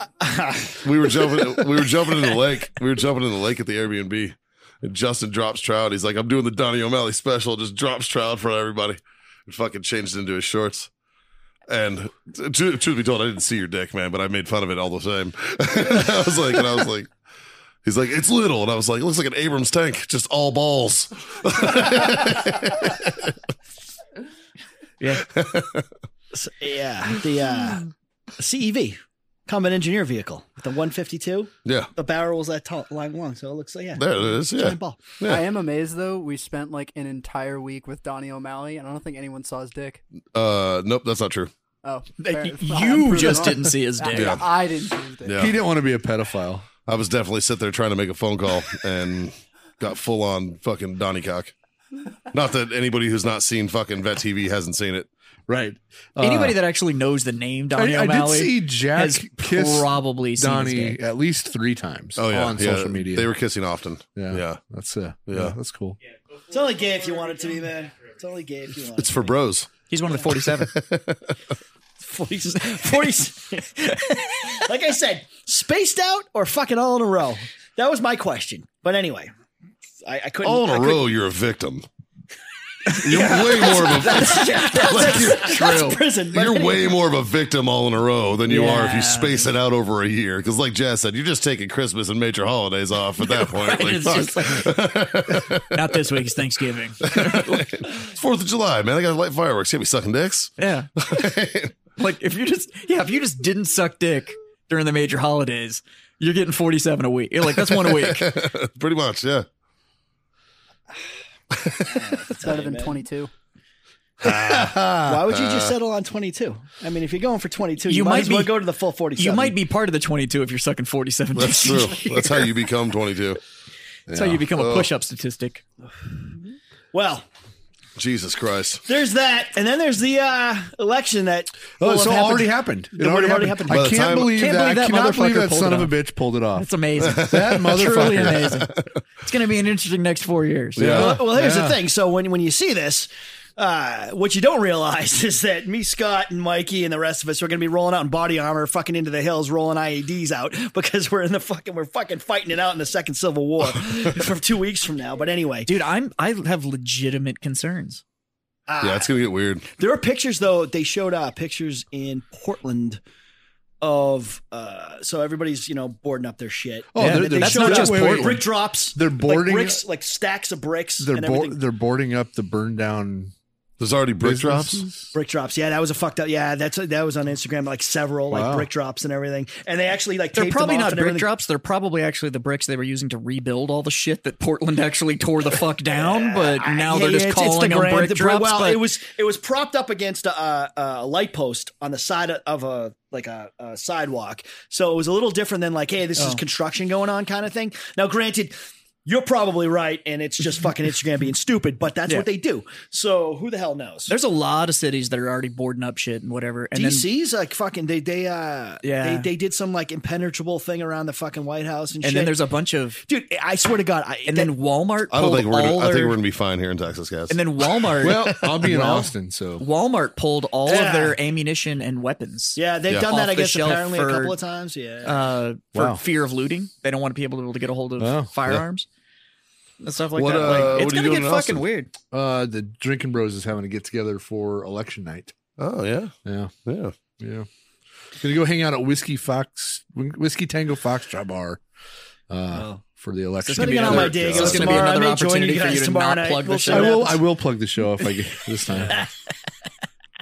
S1: we were jumping we were jumping in the lake we were jumping in the lake at the airbnb and justin drops trout he's like i'm doing the donnie o'malley special just drops trout in front of everybody and fucking changed into his shorts and t- tru- truth be told i didn't see your dick man but i made fun of it all the same i was like and i was like He's like, it's little. And I was like, it looks like an Abrams tank, just all balls.
S6: Yeah.
S7: So, yeah. The uh, CEV, combat engineer vehicle, with the 152.
S1: Yeah.
S7: The barrel was that tall, long, long. So it looks like, yeah.
S1: There it is. Yeah.
S7: Giant ball.
S1: Yeah.
S5: I am amazed though. We spent like an entire week with Donnie O'Malley, and I don't think anyone saw his dick.
S1: Uh, nope, that's not true.
S5: Oh, fair.
S6: Y-
S5: I'm
S6: You
S5: proven
S6: just
S5: wrong.
S6: didn't Uh, see his dick.
S1: Yeah.
S5: I, I didn't see his dick.
S1: Yeah.
S4: He didn't want to be a pedophile.
S1: I was definitely sit there trying to make a phone call and got full on fucking Donny cock. Not that anybody who's not seen fucking Vet TV hasn't seen it.
S4: Right. Uh,
S6: Anybody that actually knows the name Donnie
S4: I, I did
S6: O'Malley
S4: see Jack
S6: has
S4: kiss
S6: probably seen his
S4: Donnie
S6: dick.
S4: at least three times
S1: Oh yeah,
S4: on
S1: yeah,
S4: social media.
S1: They were kissing often.
S4: yeah.
S1: Yeah,
S4: That's uh, yeah.
S1: Yeah.
S4: That's cool.
S7: It's only gay if you want it to be, man. It's only gay if you want it.
S1: it's for bros.
S6: He's one of the 47.
S7: 40, 40 like I said, spaced out or fucking all in a row? That was my question. But anyway, I, I couldn't.
S1: All in
S7: I
S1: a
S7: couldn't-
S1: row, you're a victim. You're way more of a
S7: That's prison. but
S1: you're
S7: anyway.
S1: way more of a victim all in a row than you are if
S6: Yeah.
S1: you space it out over a year. Because like Jazz said, you're just taking Christmas and major holidays off at that point. Like,
S6: It's
S1: fuck.
S6: just like- not this week. It's Thanksgiving.
S1: it's Fourth of July, man. I got to light fireworks. Can't be sucking dicks.
S6: Yeah. like if you just yeah, if you just didn't suck dick during the major holidays, you're getting 47 a week. You're like that's one a week.
S1: Pretty much, yeah.
S5: It's better than
S7: man.
S5: 22.
S7: Why would you just settle on 22? I mean, if you're going for 22, you,
S6: You
S7: might,
S6: might
S7: as well
S6: be-
S7: go to the full 47.
S6: You might be part of the 22 if you're sucking 47.
S1: That's
S6: dicks.
S1: true. That's how you become 22.
S6: That's how you become a push-up statistic.
S7: Well,
S1: Jesus Christ.
S7: There's that, and then there's the uh, election that
S4: Oh,
S7: will
S4: so
S7: have happened.
S4: already happened. It
S7: It
S4: already,
S7: already
S4: happened.
S7: happened.
S1: By
S4: I
S1: the
S4: can't
S1: time-
S4: believe
S6: Can't
S4: that.
S6: believe
S4: I
S6: that
S4: cannot believe
S6: motherfucker
S4: that
S6: pulled
S4: son
S6: it
S4: of a
S6: off.
S4: bitch pulled it off.
S6: It's amazing.
S4: That
S6: Truly
S4: motherfucker.
S6: amazing. It's going to be an interesting next four years.
S1: Yeah.
S7: Well, well, here's
S4: Yeah.
S7: the thing. So when when you see this, uh, what you don't realize is that me, Scott, and Mikey, and the rest of us are going to be rolling out in body armor, fucking into the hills, rolling IEDs out because we're in the fucking we're fucking fighting it out in the second Civil War from two weeks from now. But anyway,
S6: Dude, I'm I have legitimate concerns.
S7: uh,
S1: Yeah, it's gonna get weird.
S7: there are pictures though. They showed uh, pictures in Portland of uh, so everybody's you know boarding up their shit.
S4: Oh,
S6: Yeah,
S4: they're,
S6: they
S4: they're
S6: that's
S4: showed
S6: not
S4: up-
S6: just
S4: wait, wait,
S7: brick drops.
S4: They're boarding-
S7: like, bricks, like stacks of bricks.
S4: They're
S7: and
S4: bo-
S7: everything.
S4: they're boarding up the burn down
S1: There's already brick drops.
S4: businesses?
S7: Brick drops, yeah, that was a fucked up. Yeah, that's that was on Instagram, like several
S4: Wow.
S7: like brick drops and everything. And they actually like
S6: They're
S7: taped
S6: probably
S7: them
S6: not
S7: off and
S6: brick
S7: everything.
S6: drops. They're probably actually the bricks they were using to rebuild all the shit that Portland actually tore the fuck down. But now
S7: Yeah,
S6: they're
S7: yeah,
S6: just
S7: it's- it's the
S6: calling them
S7: grand-
S6: brick
S7: the
S6: drops.
S7: Well,
S6: but
S7: it was it was propped up against a, a, a light post on the side of, of a like a, a sidewalk, so it was a little different than like, hey, this
S6: Oh.
S7: is construction going on kind of thing. Now, granted. You're probably right, and it's just fucking Instagram being stupid, but that's
S6: Yeah.
S7: what they do. So who the hell knows?
S6: there's a lot of cities that are already boarding up shit and whatever. And then
S7: DC's like fucking they they uh
S6: Yeah.
S7: they, they did some like impenetrable thing around the fucking White House and,
S6: and
S7: shit.
S6: then there's a bunch of
S7: dude. I swear to God, I,
S6: and then Walmart.
S1: I don't
S6: pulled
S1: think we're. Gonna,
S6: all
S1: I think
S6: their-
S1: we're gonna be fine here in Texas, guys.
S6: and then Walmart.
S4: Well, I'll be in
S6: Well,
S4: Austin, so
S6: Walmart pulled all
S7: Yeah.
S6: of their ammunition and weapons.
S7: yeah, they've
S1: Yeah.
S7: done
S6: Off
S7: that. I
S6: the
S7: guess
S6: shelf
S7: apparently
S6: for-
S7: a couple of times. Yeah,
S6: uh, for
S4: Wow.
S6: fear of looting. They don't want to be able to get a hold of
S4: Oh, yeah.
S6: firearms and stuff like
S1: What,
S6: that.
S1: uh,
S6: Like,
S1: what
S6: it's
S1: are you
S6: gonna
S1: doing
S6: get
S1: in
S6: fucking
S1: Austin?
S6: weird.
S4: uh, the Drinking Bros is having a get together for election night.
S1: oh yeah,
S4: Yeah,
S1: yeah.
S4: yeah. Gonna go hang out at Whiskey Fox, Whiskey Tango Fox Bar, uh,
S6: Oh.
S4: for the election.
S6: gonna
S7: depending
S6: be
S7: on how my
S6: another-
S7: day
S6: this
S7: goes
S6: is gonna be
S7: tomorrow,
S6: another
S7: I may join
S6: opportunity
S7: you
S6: for
S7: guys
S6: you to
S7: tomorrow
S6: not
S7: night.
S6: plug the
S7: We'll
S6: shit
S7: see
S4: I
S7: what
S4: will. I
S7: happens.
S4: will plug the show if I get this time.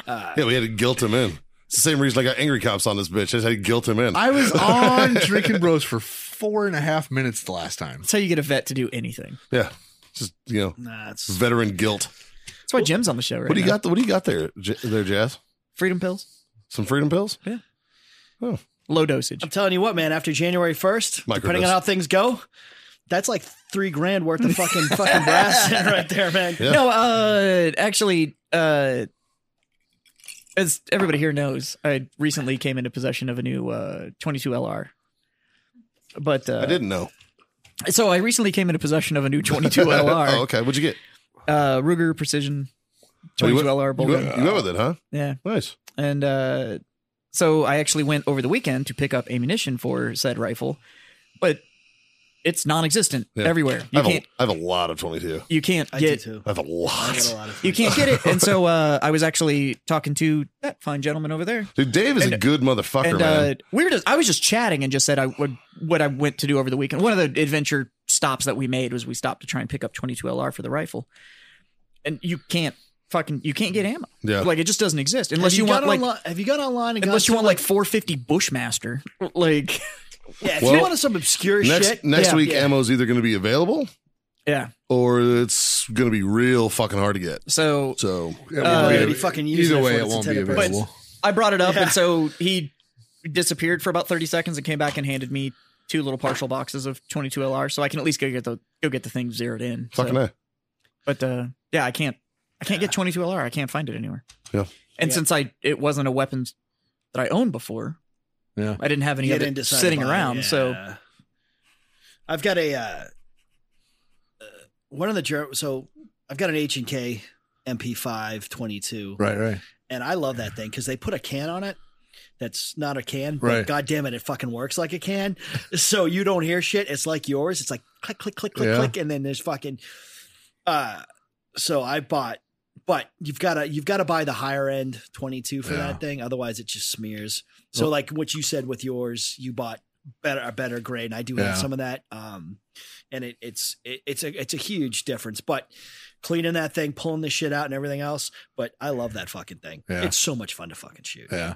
S1: Yeah, we had to guilt him in. It's the same reason I got angry cops on this bitch. I just had to guilt him in.
S4: I was on Drinking Bros for four and a half minutes the last time.
S6: That's how you get a vet to do anything.
S1: yeah, just you know,
S7: Nah, it's-
S1: veteran guilt.
S6: That's why Jim's on the show right
S1: What do you
S6: now.
S1: got? What do you got there? J- there, Jazz.
S6: Freedom pills,
S1: Some freedom pills.
S6: low dosage.
S7: I'm telling you what, man. After January first,
S1: Microdose.
S7: depending on how things go, that's like three grand worth of fucking fucking brass in right there, man.
S1: Yeah.
S6: No, uh, actually, uh, as everybody here knows, I recently came into possession of a new uh 22 LR. But uh,
S1: I didn't know.
S6: So I recently came into possession of a new 22 LR,
S1: oh, okay. What'd you get?
S6: uh, Ruger Precision
S1: Oh, you
S6: 22
S1: went-
S6: LR
S1: You
S6: Bolden.
S1: went, you went with it, huh?
S6: Yeah.
S1: Nice.
S6: And uh, so I actually went over the weekend to pick up ammunition for said rifle, but it's non-existent
S1: Yeah.
S6: everywhere.
S1: I
S6: You
S1: have, a,
S6: can't.
S1: I have a lot of 22.
S6: You can't
S7: I
S6: get.
S7: do too.
S1: I have a
S7: I get a
S1: lot.
S7: lot of
S6: You can't get it. And so uh, I was actually talking to that fine gentleman over there.
S1: Dude, Dave is a
S6: And-
S1: good motherfucker,
S6: And
S1: man.
S6: uh, we were just, I was just chatting and just said I would what I went to do over the weekend. One of the adventure stops that we made was we stopped to try and pick up 22 LR for the rifle, and you can't fucking you can't get ammo.
S1: Yeah.
S6: like it just doesn't exist
S7: Have
S6: unless
S7: you,
S6: you, want
S7: got
S6: like
S7: online, have you got online? And
S6: unless
S7: gone
S6: you want
S7: to,
S6: like 450 Bushmaster. Like
S7: yeah, if
S1: Well,
S7: you want some obscure
S1: next
S7: shit,
S1: next
S6: Yeah.
S1: week,
S7: Yeah.
S1: ammo's either going to be available
S6: yeah,
S1: or it's going to be real fucking hard to get.
S6: so
S1: So,
S6: Uh,
S7: already fucking used
S4: Either
S7: it
S4: way,
S7: for
S4: it
S7: its
S4: won't be
S7: intended purpose.
S4: available.
S6: I brought it up,
S7: Yeah.
S6: and so he disappeared for about 30 seconds and came back and handed me two little partial boxes of 22 LR, so I can at least go get the go get the thing zeroed in. So-
S1: fucking A.
S6: but uh, yeah, I can't. I can't get 22 LR. I can't find it anywhere.
S1: Yeah.
S6: And
S7: Yeah.
S6: since I it wasn't a weapon that I owned before,
S4: Yeah.
S6: I didn't have any
S7: You
S6: of
S7: didn't
S6: it
S7: decide to
S6: sitting
S7: buy it,
S6: around. So
S7: yeah. I've got a uh, uh, one of the Jer- so I've got an H and K MP5 22,
S4: Right, right.
S7: and I love that thing because they put a can on it. That's not a can, but
S4: Right.
S7: god damn it, it fucking works like a can. So you don't hear shit. It's like yours. It's like click, click, click, click,
S4: Yeah.
S7: click, and then there's fucking. Uh, so I bought, but you've got to you've got to buy the higher end 22 for
S1: Yeah.
S7: that thing. Otherwise, it just smears. So like what you said with yours, you bought better a better grade, and I do
S4: Yeah.
S7: have some of that. Um, and it, it's it, it's a it's a huge difference, but cleaning that thing, pulling the shit out, and everything else. But I love that fucking thing.
S4: Yeah.
S7: It's so much fun to fucking shoot.
S4: Yeah.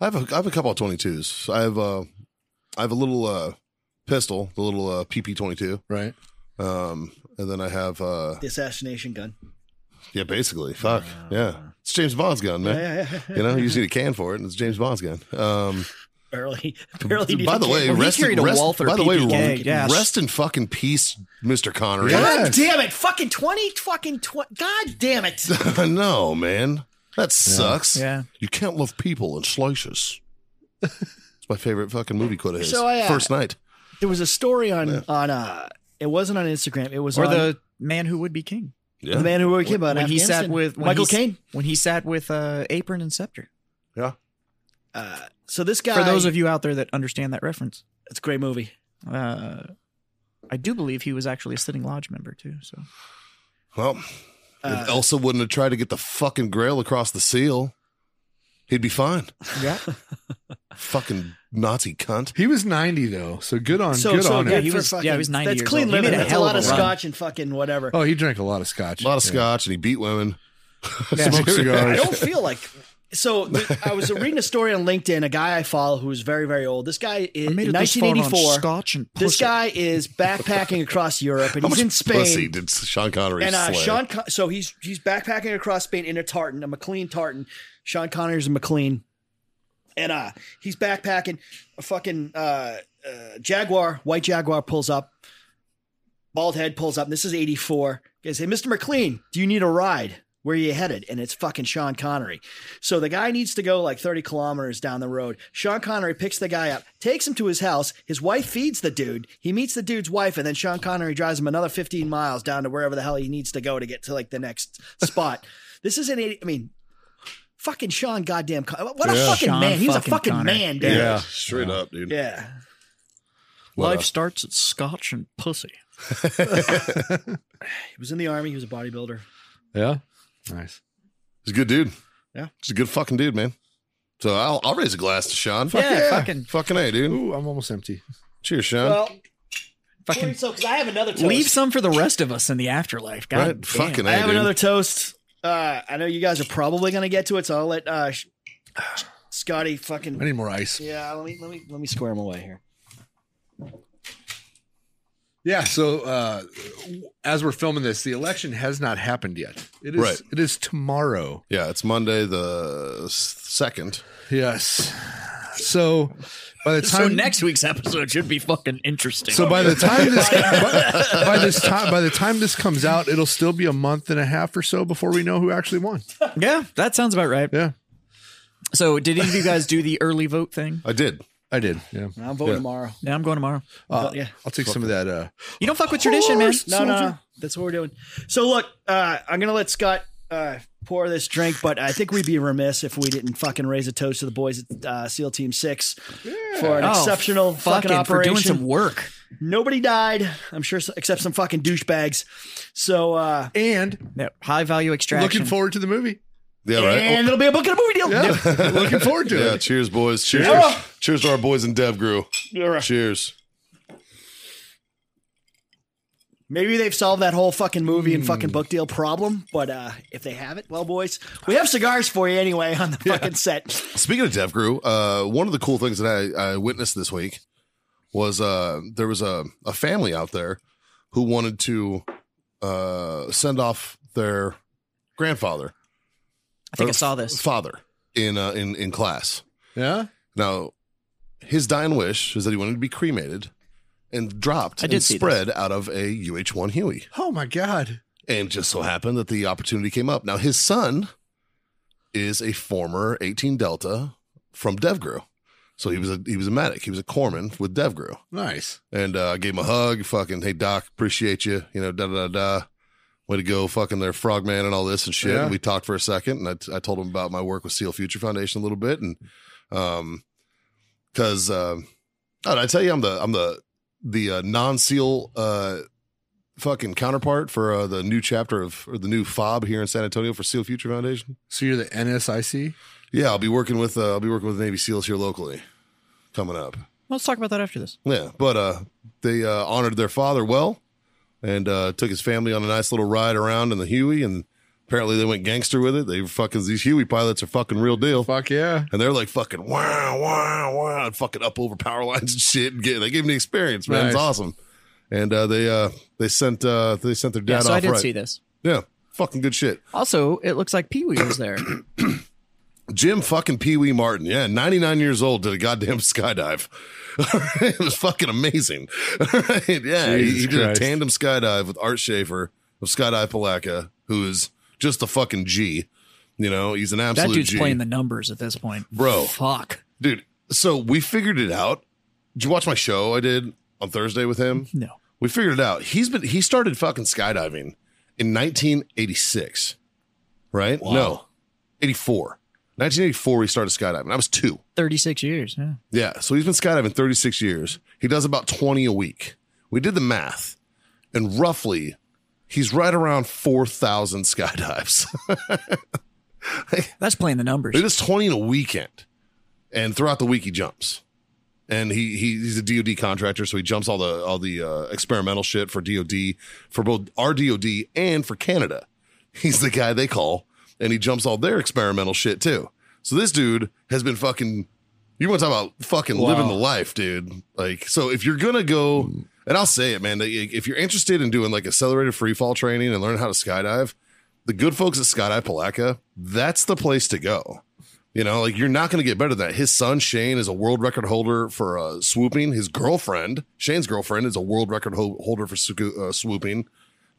S1: I have a, I have a couple of 22s. I have uh, I have a little uh, pistol, the little uh, PP22.
S4: Right.
S1: Um, and then I have, uh,
S7: The assassination gun.
S1: yeah, basically, fuck. Yeah. It's James Bond's gun, man.
S7: Yeah, yeah, yeah.
S1: You know, you just need a can for it, and it's James Bond's gun. Um,
S7: barely, barely.
S1: By the way,
S6: Well, he
S1: rest,
S6: carried a
S1: rest-
S6: Walther
S1: by the way,
S6: PPK,
S1: rest-
S6: yes.
S1: rest in fucking peace, Mr. Connery.
S4: Yes.
S7: God damn it! Fucking twenty, fucking twenty. God damn it!
S1: I know, man. That sucks.
S6: Yeah.
S1: You can't love people in slices. it's my favorite fucking movie quote of his.
S7: So I, uh,
S1: First night.
S7: There was a story on on uh, it wasn't on Instagram. It was
S6: or
S7: on
S6: the man who would be king
S1: Yeah.
S7: the man who worked about
S6: when he sat
S7: Afghanistan.
S6: with when
S7: Michael
S6: he s-
S7: Caine.
S6: when he sat with uh, apron and scepter.
S1: yeah.
S7: Uh, so this guy,
S6: For those of you out there that understand that reference,
S7: it's a great movie.
S6: uh, I do believe he was actually a sitting lodge member too. So
S1: Well,
S7: uh,
S1: if Elsa wouldn't have tried to get the fucking grail across the seal, he'd be fine.
S6: yeah,
S1: fucking Nazi cunt.
S4: He was 90 though, so good on
S7: So,
S4: good
S7: so
S4: on
S7: good
S6: yeah,
S4: him.
S6: he
S7: for
S6: was- yeah,
S7: fucking,
S6: he was 90
S7: That's
S6: years
S7: clean
S6: old. He
S7: living.
S6: made a
S7: That's a
S6: hell
S7: lot
S6: of
S7: of
S6: a run.
S7: scotch and fucking whatever.
S4: Oh, he drank a lot of scotch.
S1: A lot of
S4: Yeah.
S1: scotch and he beat women.
S4: Smoked
S7: I
S4: cigars.
S7: don't feel like. So th- I was reading a story on LinkedIn. A guy I follow who's very very old. This guy is
S6: I made it this far on
S7: 1984.
S6: scotch and
S7: This
S6: pussy.
S7: guy is backpacking across Europe and
S1: How
S7: he's
S1: much
S7: in Spain.
S1: pussy did Sean Connery
S7: and uh,
S1: slay?
S7: Sean, Con- so he's he's backpacking across Spain in a tartan, a McLean tartan. Sean Connery's a McLean, and uh, he's backpacking. A fucking uh, uh, Jaguar, white Jaguar, pulls up. Bald head pulls up. And this is eighty four. They say, Mister McLean, do you need a ride? Where are you headed? And it's fucking Sean Connery. So the guy needs to go like 30 kilometers down the road. Sean Connery picks the guy up, takes him to his house. His wife feeds the dude. He meets the dude's wife, and then Sean Connery drives him another 15 miles down to wherever the hell he needs to go to get to like the next spot. this is an 80, I mean, fucking Sean goddamn Con- What a
S1: Yeah.
S7: fucking
S6: Sean
S7: man. He's
S6: fucking
S7: a fucking
S6: Connery.
S7: man, dude.
S1: yeah, straight up, dude.
S7: Yeah.
S6: Life starts at scotch and pussy.
S7: He was in the army. He was a bodybuilder.
S4: Yeah. Nice.
S1: He's a good dude.
S7: Yeah.
S1: he's a good fucking dude, man. So I'll I'll raise a glass to Sean. Fuck
S6: yeah, fucking-
S1: fucking a dude.
S4: Ooh, I'm almost empty.
S1: Cheers, Sean.
S7: Well,
S6: Fucking-
S7: so because I have another toast.
S6: Leave some for the rest of us in the afterlife. God
S1: right?
S6: damn.
S1: Fucking a
S7: I have
S1: dude.
S7: another toast. Uh, I know you guys are probably gonna get to it, so I'll let uh, Sh- Scotty fucking
S4: I need more ice.
S7: Yeah, let me let me let me square them away here.
S4: Yeah. So uh, as we're filming this, the election has not happened yet. It is.
S1: Right.
S4: It is tomorrow.
S1: Yeah, it's Monday the second.
S4: Yes. So by the
S6: So
S4: time
S6: next week's episode should be fucking interesting.
S4: So by the time this by, by this time by the time this comes out, it'll still be a month and a half or so before we know who actually won.
S6: yeah, that sounds about right.
S4: Yeah,
S6: So did any of you guys do the early vote thing?
S1: I did.
S4: I did. Yeah,
S7: I'll vote tomorrow.
S6: Yeah, I'm going tomorrow.
S4: Uh,
S7: yeah.
S4: I'll take some of that. Uh,
S6: You don't fuck with tradition, man.
S7: No, no, no, that's what we're doing. So look, uh, I'm gonna let Scott uh, pour this drink, but I think we'd be remiss if we didn't fucking raise a toast to the boys at uh, SEAL Team Six for an
S6: Oh,
S7: exceptional fucking,
S6: for
S7: operation.
S6: doing some work.
S7: Nobody died, I'm sure, so- except some fucking douchebags. So uh,
S4: and
S6: Yeah, high value extraction.
S4: looking forward to the movie.
S1: Yeah, right. Oh,
S7: and it'll be a book and a movie deal.
S4: Yeah, looking forward to
S1: yeah,
S4: it.
S1: cheers, boys. Cheers. Cheers to our boys in DevGrew. Cheers.
S7: Maybe they've solved that whole fucking movie and
S1: Hmm.
S7: fucking book deal problem, but uh, if they haven't, well, boys, we have cigars for you anyway on the fucking set.
S1: Speaking of DevGrew, uh, one of the cool things that I, I witnessed this week was uh, there was a, a family out there who wanted to uh, send off their grandfather.
S6: I think I saw this.
S1: Father in uh, in in class.
S4: Yeah,
S1: Now, his dying wish is that he wanted to be cremated and dropped
S6: I did
S1: and
S6: see this.
S1: spread out of a UH-1 Huey.
S4: Oh my god.
S1: And just so happened that the opportunity came up. Now, his son is a former 18 Delta from DevGrew. So he was a he was a medic. He was a corpsman with DevGrew.
S4: Nice.
S1: And uh, I gave him a hug. Fucking, hey, Doc, appreciate you. You know, da da da da. Way to go, fucking their frogman and all this and shit.
S4: Yeah.
S1: And we talked for a second, and I, t- I told him about my work with Seal Future Foundation a little bit, and um, because um, oh, did I tell you I'm the I'm the the uh, non Seal uh fucking counterpart for uh, the new chapter of or the new FOB here in San Antonio for Seal Future Foundation.
S4: So you're the NSIC.
S1: Yeah, I'll be working with uh, I'll be working with Navy SEALs here locally coming up.
S6: Let's talk about that after this.
S1: Yeah, but uh, they uh, honored their father well, and uh, took his family on a nice little ride around in the Huey, and apparently they went gangster with it. They fucking these Huey pilots are fucking real deal,
S4: Fuck yeah.
S1: and they're like fucking wow, wow, wow, and fucking up over power lines and shit. And get, they gave him the experience, man. It's
S4: Nice.
S1: awesome. And uh, they uh, they sent uh, they sent their dad
S6: Yeah, so
S1: off
S6: I did
S1: right.
S6: see this.
S1: Yeah, fucking good shit.
S6: Also, it looks like Pee Wee was there.
S1: Jim fucking Pee Wee Martin, yeah, 99 years old, did a goddamn skydive. it was fucking amazing. All right, yeah, he,
S4: Jesus
S1: he did
S4: Christ.
S1: a tandem skydive with Art Schaefer of Skydive Palaka, who is just a fucking G. You know, he's an absolute
S6: That dude's
S1: G.
S6: playing the numbers at this point,
S1: Bro.
S6: Fuck.
S1: Dude, so we figured it out. Did you watch my show I did on Thursday with him?
S6: No.
S1: We figured it out. He's been he started fucking skydiving in 1986. Right? No. 84. 1984 he started skydiving. I was 2.
S6: 36 years. Yeah.
S1: Yeah, so he's been skydiving 36 years. He does about 20 a week. We did the math, and roughly, he's right around 4,000 skydives.
S6: That's playing the numbers.
S1: It is 20 in a weekend. And throughout the week he jumps. And he, he he's a DoD contractor, so he jumps all the all the uh, experimental shit for DoD for both our DoD and for Canada. He's the guy they call, and he jumps all their experimental shit too. So this dude has been fucking. You want to talk about fucking living the life, dude? Like, so if you're gonna go, and I'll say it, man, that if you're interested in doing like accelerated free fall training and learn how to skydive, the good folks at Skydive Palaka, that's the place to go. You know, like you're not going to get better than that. His son Shane is a world record holder for uh, swooping. His girlfriend, Shane's girlfriend, is a world record ho- holder for sco- uh, swooping.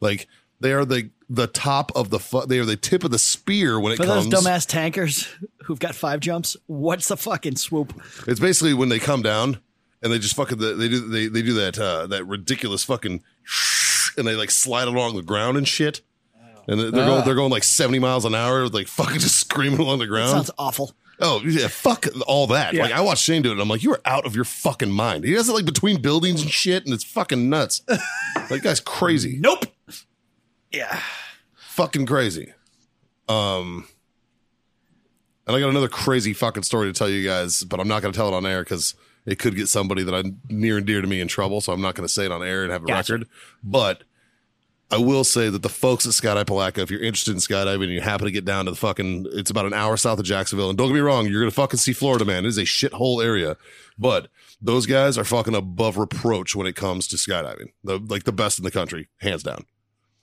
S1: Like they are the the top of the fu- they are the tip of the spear when it
S7: For those
S1: comes.
S7: dumbass tankers who've got five jumps, what's the fucking swoop?
S1: It's basically when they come down and they just fucking they do they they do that uh, that ridiculous fucking and they like slide along the ground and shit. And they're going, they're going like seventy miles an hour, like fucking just screaming along the ground.
S7: Sounds awful.
S1: Oh yeah, fuck all that. Like I watched Shane do it, and I'm like, you are out of your fucking mind. He does it like between buildings and shit, and it's fucking nuts. that guy's crazy.
S7: Nope. Yeah.
S1: Fucking crazy. Um, and I got another crazy fucking story to tell you guys, but I'm not going to tell it on air because it could get somebody that I'm near and dear to me in trouble. So I'm not going to say it on air and have a record. But I will say that the folks at Skydive Palaca, if you're interested in skydiving and you happen to get down to the fucking, it's about an hour south of Jacksonville. And don't get me wrong, you're going to fucking see Florida, man. It is a shithole area. But those guys are fucking above reproach when it comes to skydiving. The, like the best in the country, hands down.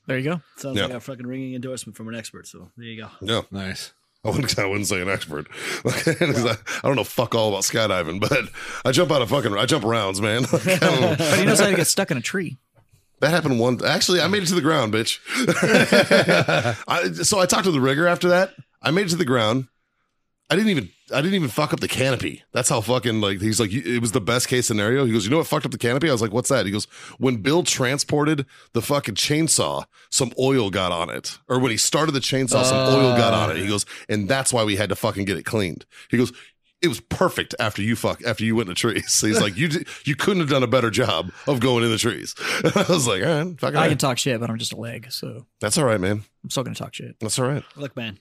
S6: There you go.
S7: Sounds
S1: Yeah.
S7: like a fucking ringing endorsement from an expert. So there you go.
S1: Yeah.
S4: Nice.
S1: I wouldn't, I wouldn't say an expert. Like, 'cause I, I don't know fuck all about skydiving, but I jump out of fucking, I jump rounds, man. Like, I don't-
S6: But he knows how to get stuck in a tree.
S1: that happened one. Actually, I made it to the ground, bitch. I, so I talked to the rigger after that. I made it to the ground. I didn't even, I didn't even fuck up the canopy. That's how fucking like, he's like, it was the best case scenario. He goes, you know what fucked up the canopy? I was like, what's that? He goes, when Bill transported the fucking chainsaw, some oil got on it. Or when he started the chainsaw, some oil got on it. He goes, and that's why we had to fucking get it cleaned. He goes, it was perfect after you fuck after you went in the trees. he's like, you did, you couldn't have done a better job of going in the trees. I was like, all right, fucking
S6: I
S1: all
S6: can
S1: right.
S6: talk shit, but I'm just a leg, so
S1: that's all right, man.
S6: I'm still gonna talk shit.
S1: That's all right.
S7: Look, man,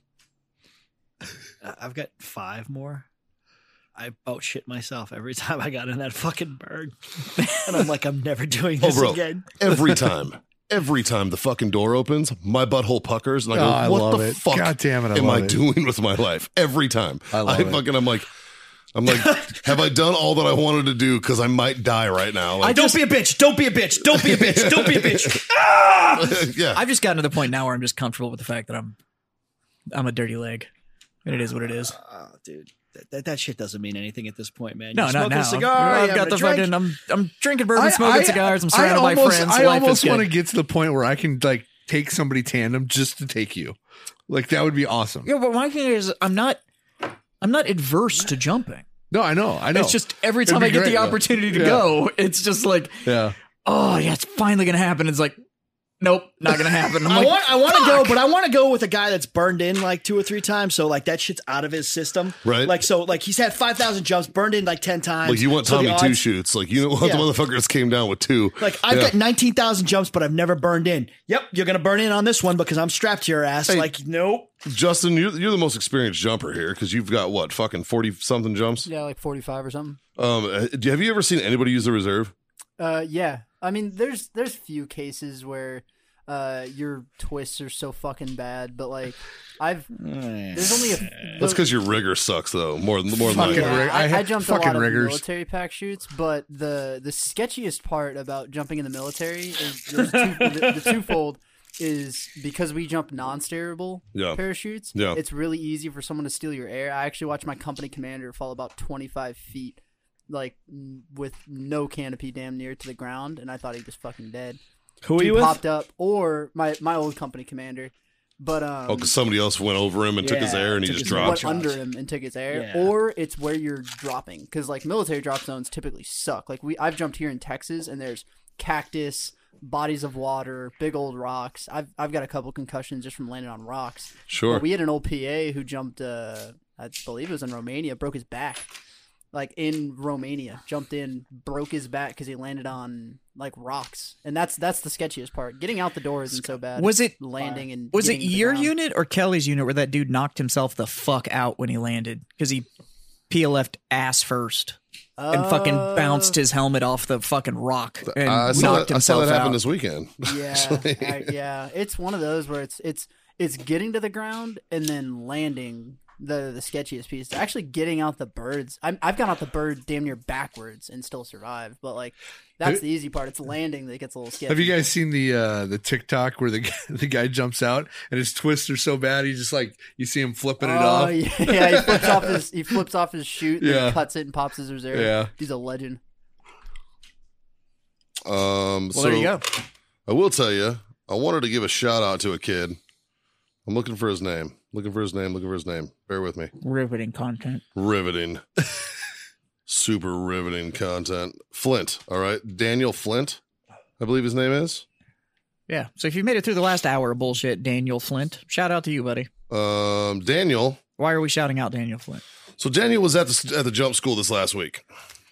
S7: I- I've got five more. I about shit myself every time I got in that fucking bird, and I'm like, I'm never doing
S1: Oh,
S7: this
S1: bro.
S7: again.
S1: Every time, every time the fucking door opens, my butthole puckers, and I go,
S4: Oh, I
S1: what
S4: love
S1: the
S4: it.
S1: fuck?
S4: God damn it, I
S1: am
S4: love
S1: I
S4: it.
S1: doing with my life? Every time,
S4: I love it.
S1: fucking, I'm like. I'm like, have I done all that I wanted to do? Because I might die right now. Like,
S7: don't be a bitch. Don't be a bitch. Don't be a bitch. Don't be a bitch.
S1: yeah,
S6: I've just gotten to the point now where I'm just comfortable with the fact that I'm I'm a dirty leg. And it is what it is.
S7: oh, dude, that, that, that shit doesn't mean anything at this point, man.
S6: No, not
S7: You're smoking
S6: now.
S7: a cigar.
S6: I've
S7: you
S6: got
S7: having
S6: the
S7: a drink.
S6: fucking. I'm I'm drinking bourbon, smoking cigars. I'm surrounded
S4: I
S6: by
S4: almost,
S6: friends.
S4: I
S6: Life
S4: almost
S6: is
S4: want to
S6: good.
S4: get to the point where I can like take somebody tandem just to take you. Like that would be awesome.
S6: Yeah, but my thing is, I'm not I'm not adverse to jumping.
S4: No, I know, I know.
S6: It's just every
S4: It'd
S6: time
S4: be
S6: I get
S4: great,
S6: the
S4: though.
S6: opportunity to
S4: Yeah.
S6: go, it's just like,
S4: yeah.
S6: oh yeah, it's finally gonna happen. It's like, nope, not gonna happen. I'm
S7: I
S6: like,
S7: want, I want to go,
S6: fuck.
S7: but I want to go with a guy that's burned in like two or three times. So like that shit's out of his system,
S1: Right.
S7: Like so, like he's had five thousand jumps, burned in like ten times.
S1: like you want
S7: So the
S1: Tommy two
S7: odds-
S1: shoots. Like you want
S7: Yeah.
S1: the motherfuckers came down with two.
S7: Like I've
S1: Yeah.
S7: got nineteen thousand jumps, but I've never burned in. Yep, you're gonna burn in on this one because I'm strapped to your ass. Like nope.
S1: Justin, you're, you're the most experienced jumper here because you've got what fucking forty something jumps.
S5: Yeah, like 45 or something.
S1: Um, uh, do- have you ever seen anybody use the reserve?
S5: Uh, yeah. I mean, there's there's few cases where uh your twists are so fucking bad, but like I've there's only a
S1: That's because your rigor sucks though. More than more than likely.
S4: Fucking
S5: yeah,
S4: rig- I
S5: I, I
S4: had
S5: jumped a
S4: fucking
S5: lot
S4: riggers.
S5: of military pack shoots, but the the sketchiest part about jumping in the military is there's two, the, the twofold is because we jump non-steerable
S1: Yeah.
S5: parachutes.
S1: Yeah.
S5: it's really easy for someone to steal your air. I actually watched my company commander fall about 25 feet, like n- with no canopy, damn near to the ground, and I thought he was fucking dead.
S7: Who are
S5: he
S7: you with?
S5: popped up, or my my old company commander, but um,
S1: Oh, because somebody else went over him and took his
S7: Yeah,
S1: air and he
S7: took
S1: just
S7: his
S1: dropped.
S5: went
S7: shot.
S5: under him and took his air,
S7: Yeah.
S5: or it's where you're dropping because like military drop zones typically suck. Like we, I've jumped here in Texas and there's cactus, bodies of water, big old rocks. I've I've got a couple concussions just from landing on rocks.
S1: Sure.
S5: But we had an old PA who jumped. Uh, I believe it was in Romania, broke his back. Like in Romania, jumped in, broke his back because he landed on like rocks, and that's that's the sketchiest part. Getting out the door isn't so bad.
S6: Was it-
S5: landing and
S6: Was it
S5: getting to the
S6: your
S5: ground.
S6: unit or Kelly's unit where that dude knocked himself the fuck out when he landed because he PLF'd ass first and fucking
S5: Uh,
S6: bounced his helmet off the fucking rock and
S1: I, saw
S6: knocked
S1: that, I saw
S6: himself
S1: that happen
S6: out.
S1: this weekend.
S5: Yeah, I- yeah. It's one of those where it's it's it's getting to the ground and then landing. The the sketchiest piece. Actually, getting out the birds. I'm, I've gone out the bird damn near backwards and still survived. But like, that's
S4: Have-
S5: the easy part. It's landing that gets a little sketchy.
S4: Have you guys seen the uh the TikTok where the guy, the guy jumps out and his twists are so bad he just like you see him flipping it
S5: oh,
S4: off.
S5: Yeah, yeah, he flips off his he flips off his chute and
S4: Yeah.
S5: then cuts it and pops his reserve.
S4: Yeah.
S5: He's a legend.
S1: Um,
S6: Well,
S1: so
S6: there you go.
S1: I will tell you, I wanted to give a shout out to a kid. I'm looking for his name. Looking for his name. Looking for his name. Bear with me.
S6: Riveting content.
S1: Riveting. Super riveting content. Flint. All right. Daniel Flint, I believe his name is.
S6: Yeah. So if you made it through the last hour of bullshit, Daniel Flint, shout out to you, buddy.
S1: Um, Daniel.
S6: Why are we shouting out Daniel Flint?
S1: So Daniel was at the at the jump school this last week.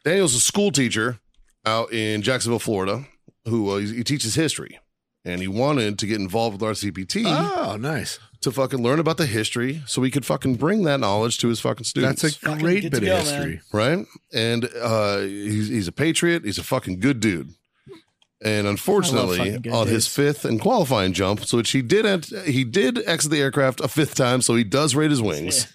S1: Daniel's a school teacher out in Jacksonville, Florida, who uh, he teaches history, and he wanted to get involved with RCPT
S4: Oh, nice.
S1: to fucking learn about the history, so he could fucking bring that knowledge to his fucking students.
S4: That's a
S7: Fucking
S4: great
S7: good to
S4: bit
S7: go,
S4: of history.
S1: right? And uh, he's he's a patriot. He's a fucking good dude. And unfortunately,
S6: fucking good
S1: on his
S6: dudes.
S1: fifth and qualifying jump, so which he did, at, he did exit the aircraft a fifth time, so he does rate his wings.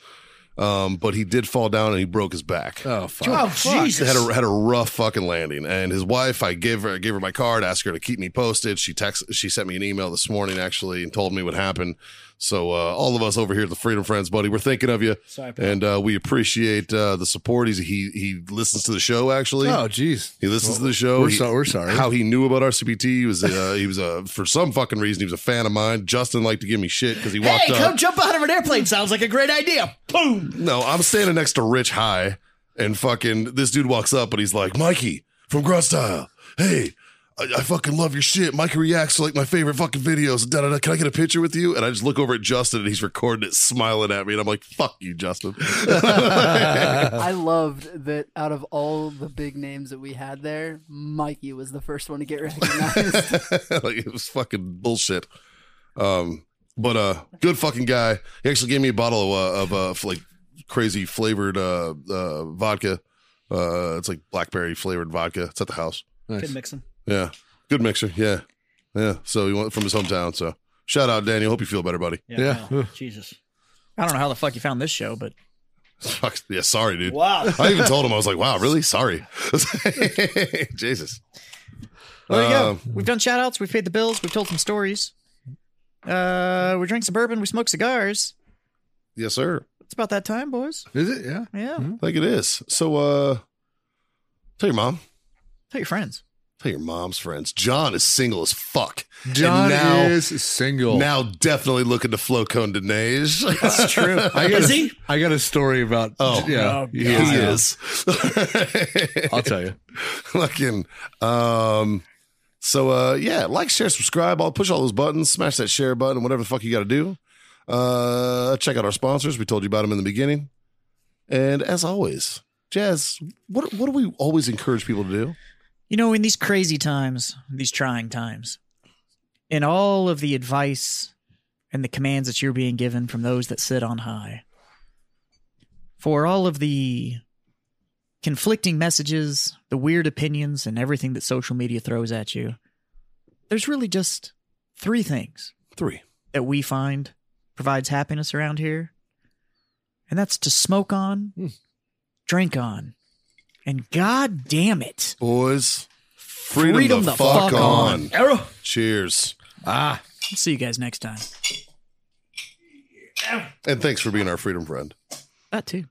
S1: Um, but he did fall down and he broke his back.
S4: Oh fuck.
S1: He had a had a rough fucking landing, and his wife. I gave her I gave her my card, asked her to keep me posted. She text she sent me an email this morning actually and told me what happened. So uh, all of us over here at the Freedom Friends, buddy, we're thinking of you,
S7: Sorry, pal.
S1: and uh, we appreciate uh, the support. He's, he he listens to the show actually.
S4: Oh jeez.
S1: He listens to the show.
S4: We're
S1: He-
S4: so- we're sorry.
S1: How he knew about RCPT? He was uh, he was uh, for some fucking reason he was a fan of mine. Justin liked to give me shit because he walked
S7: Hey,
S1: up.
S7: come jump out of an airplane. Sounds like a great idea. Boom.
S1: No, I'm standing next to Rich High, and fucking this dude walks up and he's like, Mikey from Grunt Style. Hey, I, I fucking love your shit. Mikey reacts to like my favorite fucking videos. Da, da, da. Can I get a picture with you? And I just look over at Justin and he's recording it, smiling at me. And I'm like, fuck you, Justin.
S5: I loved that out of all the big names that we had there, Mikey was the first one to get recognized.
S1: like it was fucking bullshit. Um, but uh, good fucking guy. He actually gave me a bottle of uh, of uh, like crazy flavored uh, uh vodka. Uh, it's like blackberry flavored vodka. It's at the house.
S7: Good mixing.
S1: Yeah. Good mixer. Yeah. Yeah. So he went from his hometown. So shout out, Daniel. Hope you feel better, buddy.
S4: Yeah.
S7: wow. Jesus.
S6: I don't know how the fuck you found this show, but
S1: Fuck. Yeah. Sorry, dude.
S7: Wow.
S1: I even told him, I was like, wow, really? Sorry. Jesus.
S6: Well, there you
S1: Um,
S6: go. We've done shout outs. We've paid the bills. We've told some stories. Uh, we drank some bourbon. We smoked cigars.
S1: Yes, sir.
S6: It's about that time, boys.
S4: Is it? Yeah.
S6: Yeah.
S1: I think it is. So, uh, tell your mom.
S6: Tell your friends.
S1: Tell your mom's friends. John is single as fuck. And
S4: John
S1: now,
S4: is single.
S1: now definitely looking to flow Condonage.
S6: That's true.
S4: I got
S7: Is
S4: a,
S7: he?
S4: I got a story about
S1: Oh.
S4: yeah.
S1: he
S4: Yeah.
S1: is.
S4: I'll tell you.
S1: Fucking. Um, so uh, yeah, like, share, subscribe. I'll push all those buttons, smash that share button, whatever the fuck you got to do. Uh, check out our sponsors. We told you about them in the beginning. And as always, Jazz, what what do we always encourage people to do?
S6: You know, in these crazy times, these trying times, in all of the advice and the commands that you're being given from those that sit on high, for all of the conflicting messages, the weird opinions, and everything that social media throws at you, there's really just three things
S1: Three.
S6: that we find provides happiness around here, and that's to smoke on, drink on, and god damn it.
S1: Boys, freedom, the, fuck, on. Cheers.
S4: Ah.
S6: See you guys next time.
S1: And thanks for being our freedom friend.
S6: That too.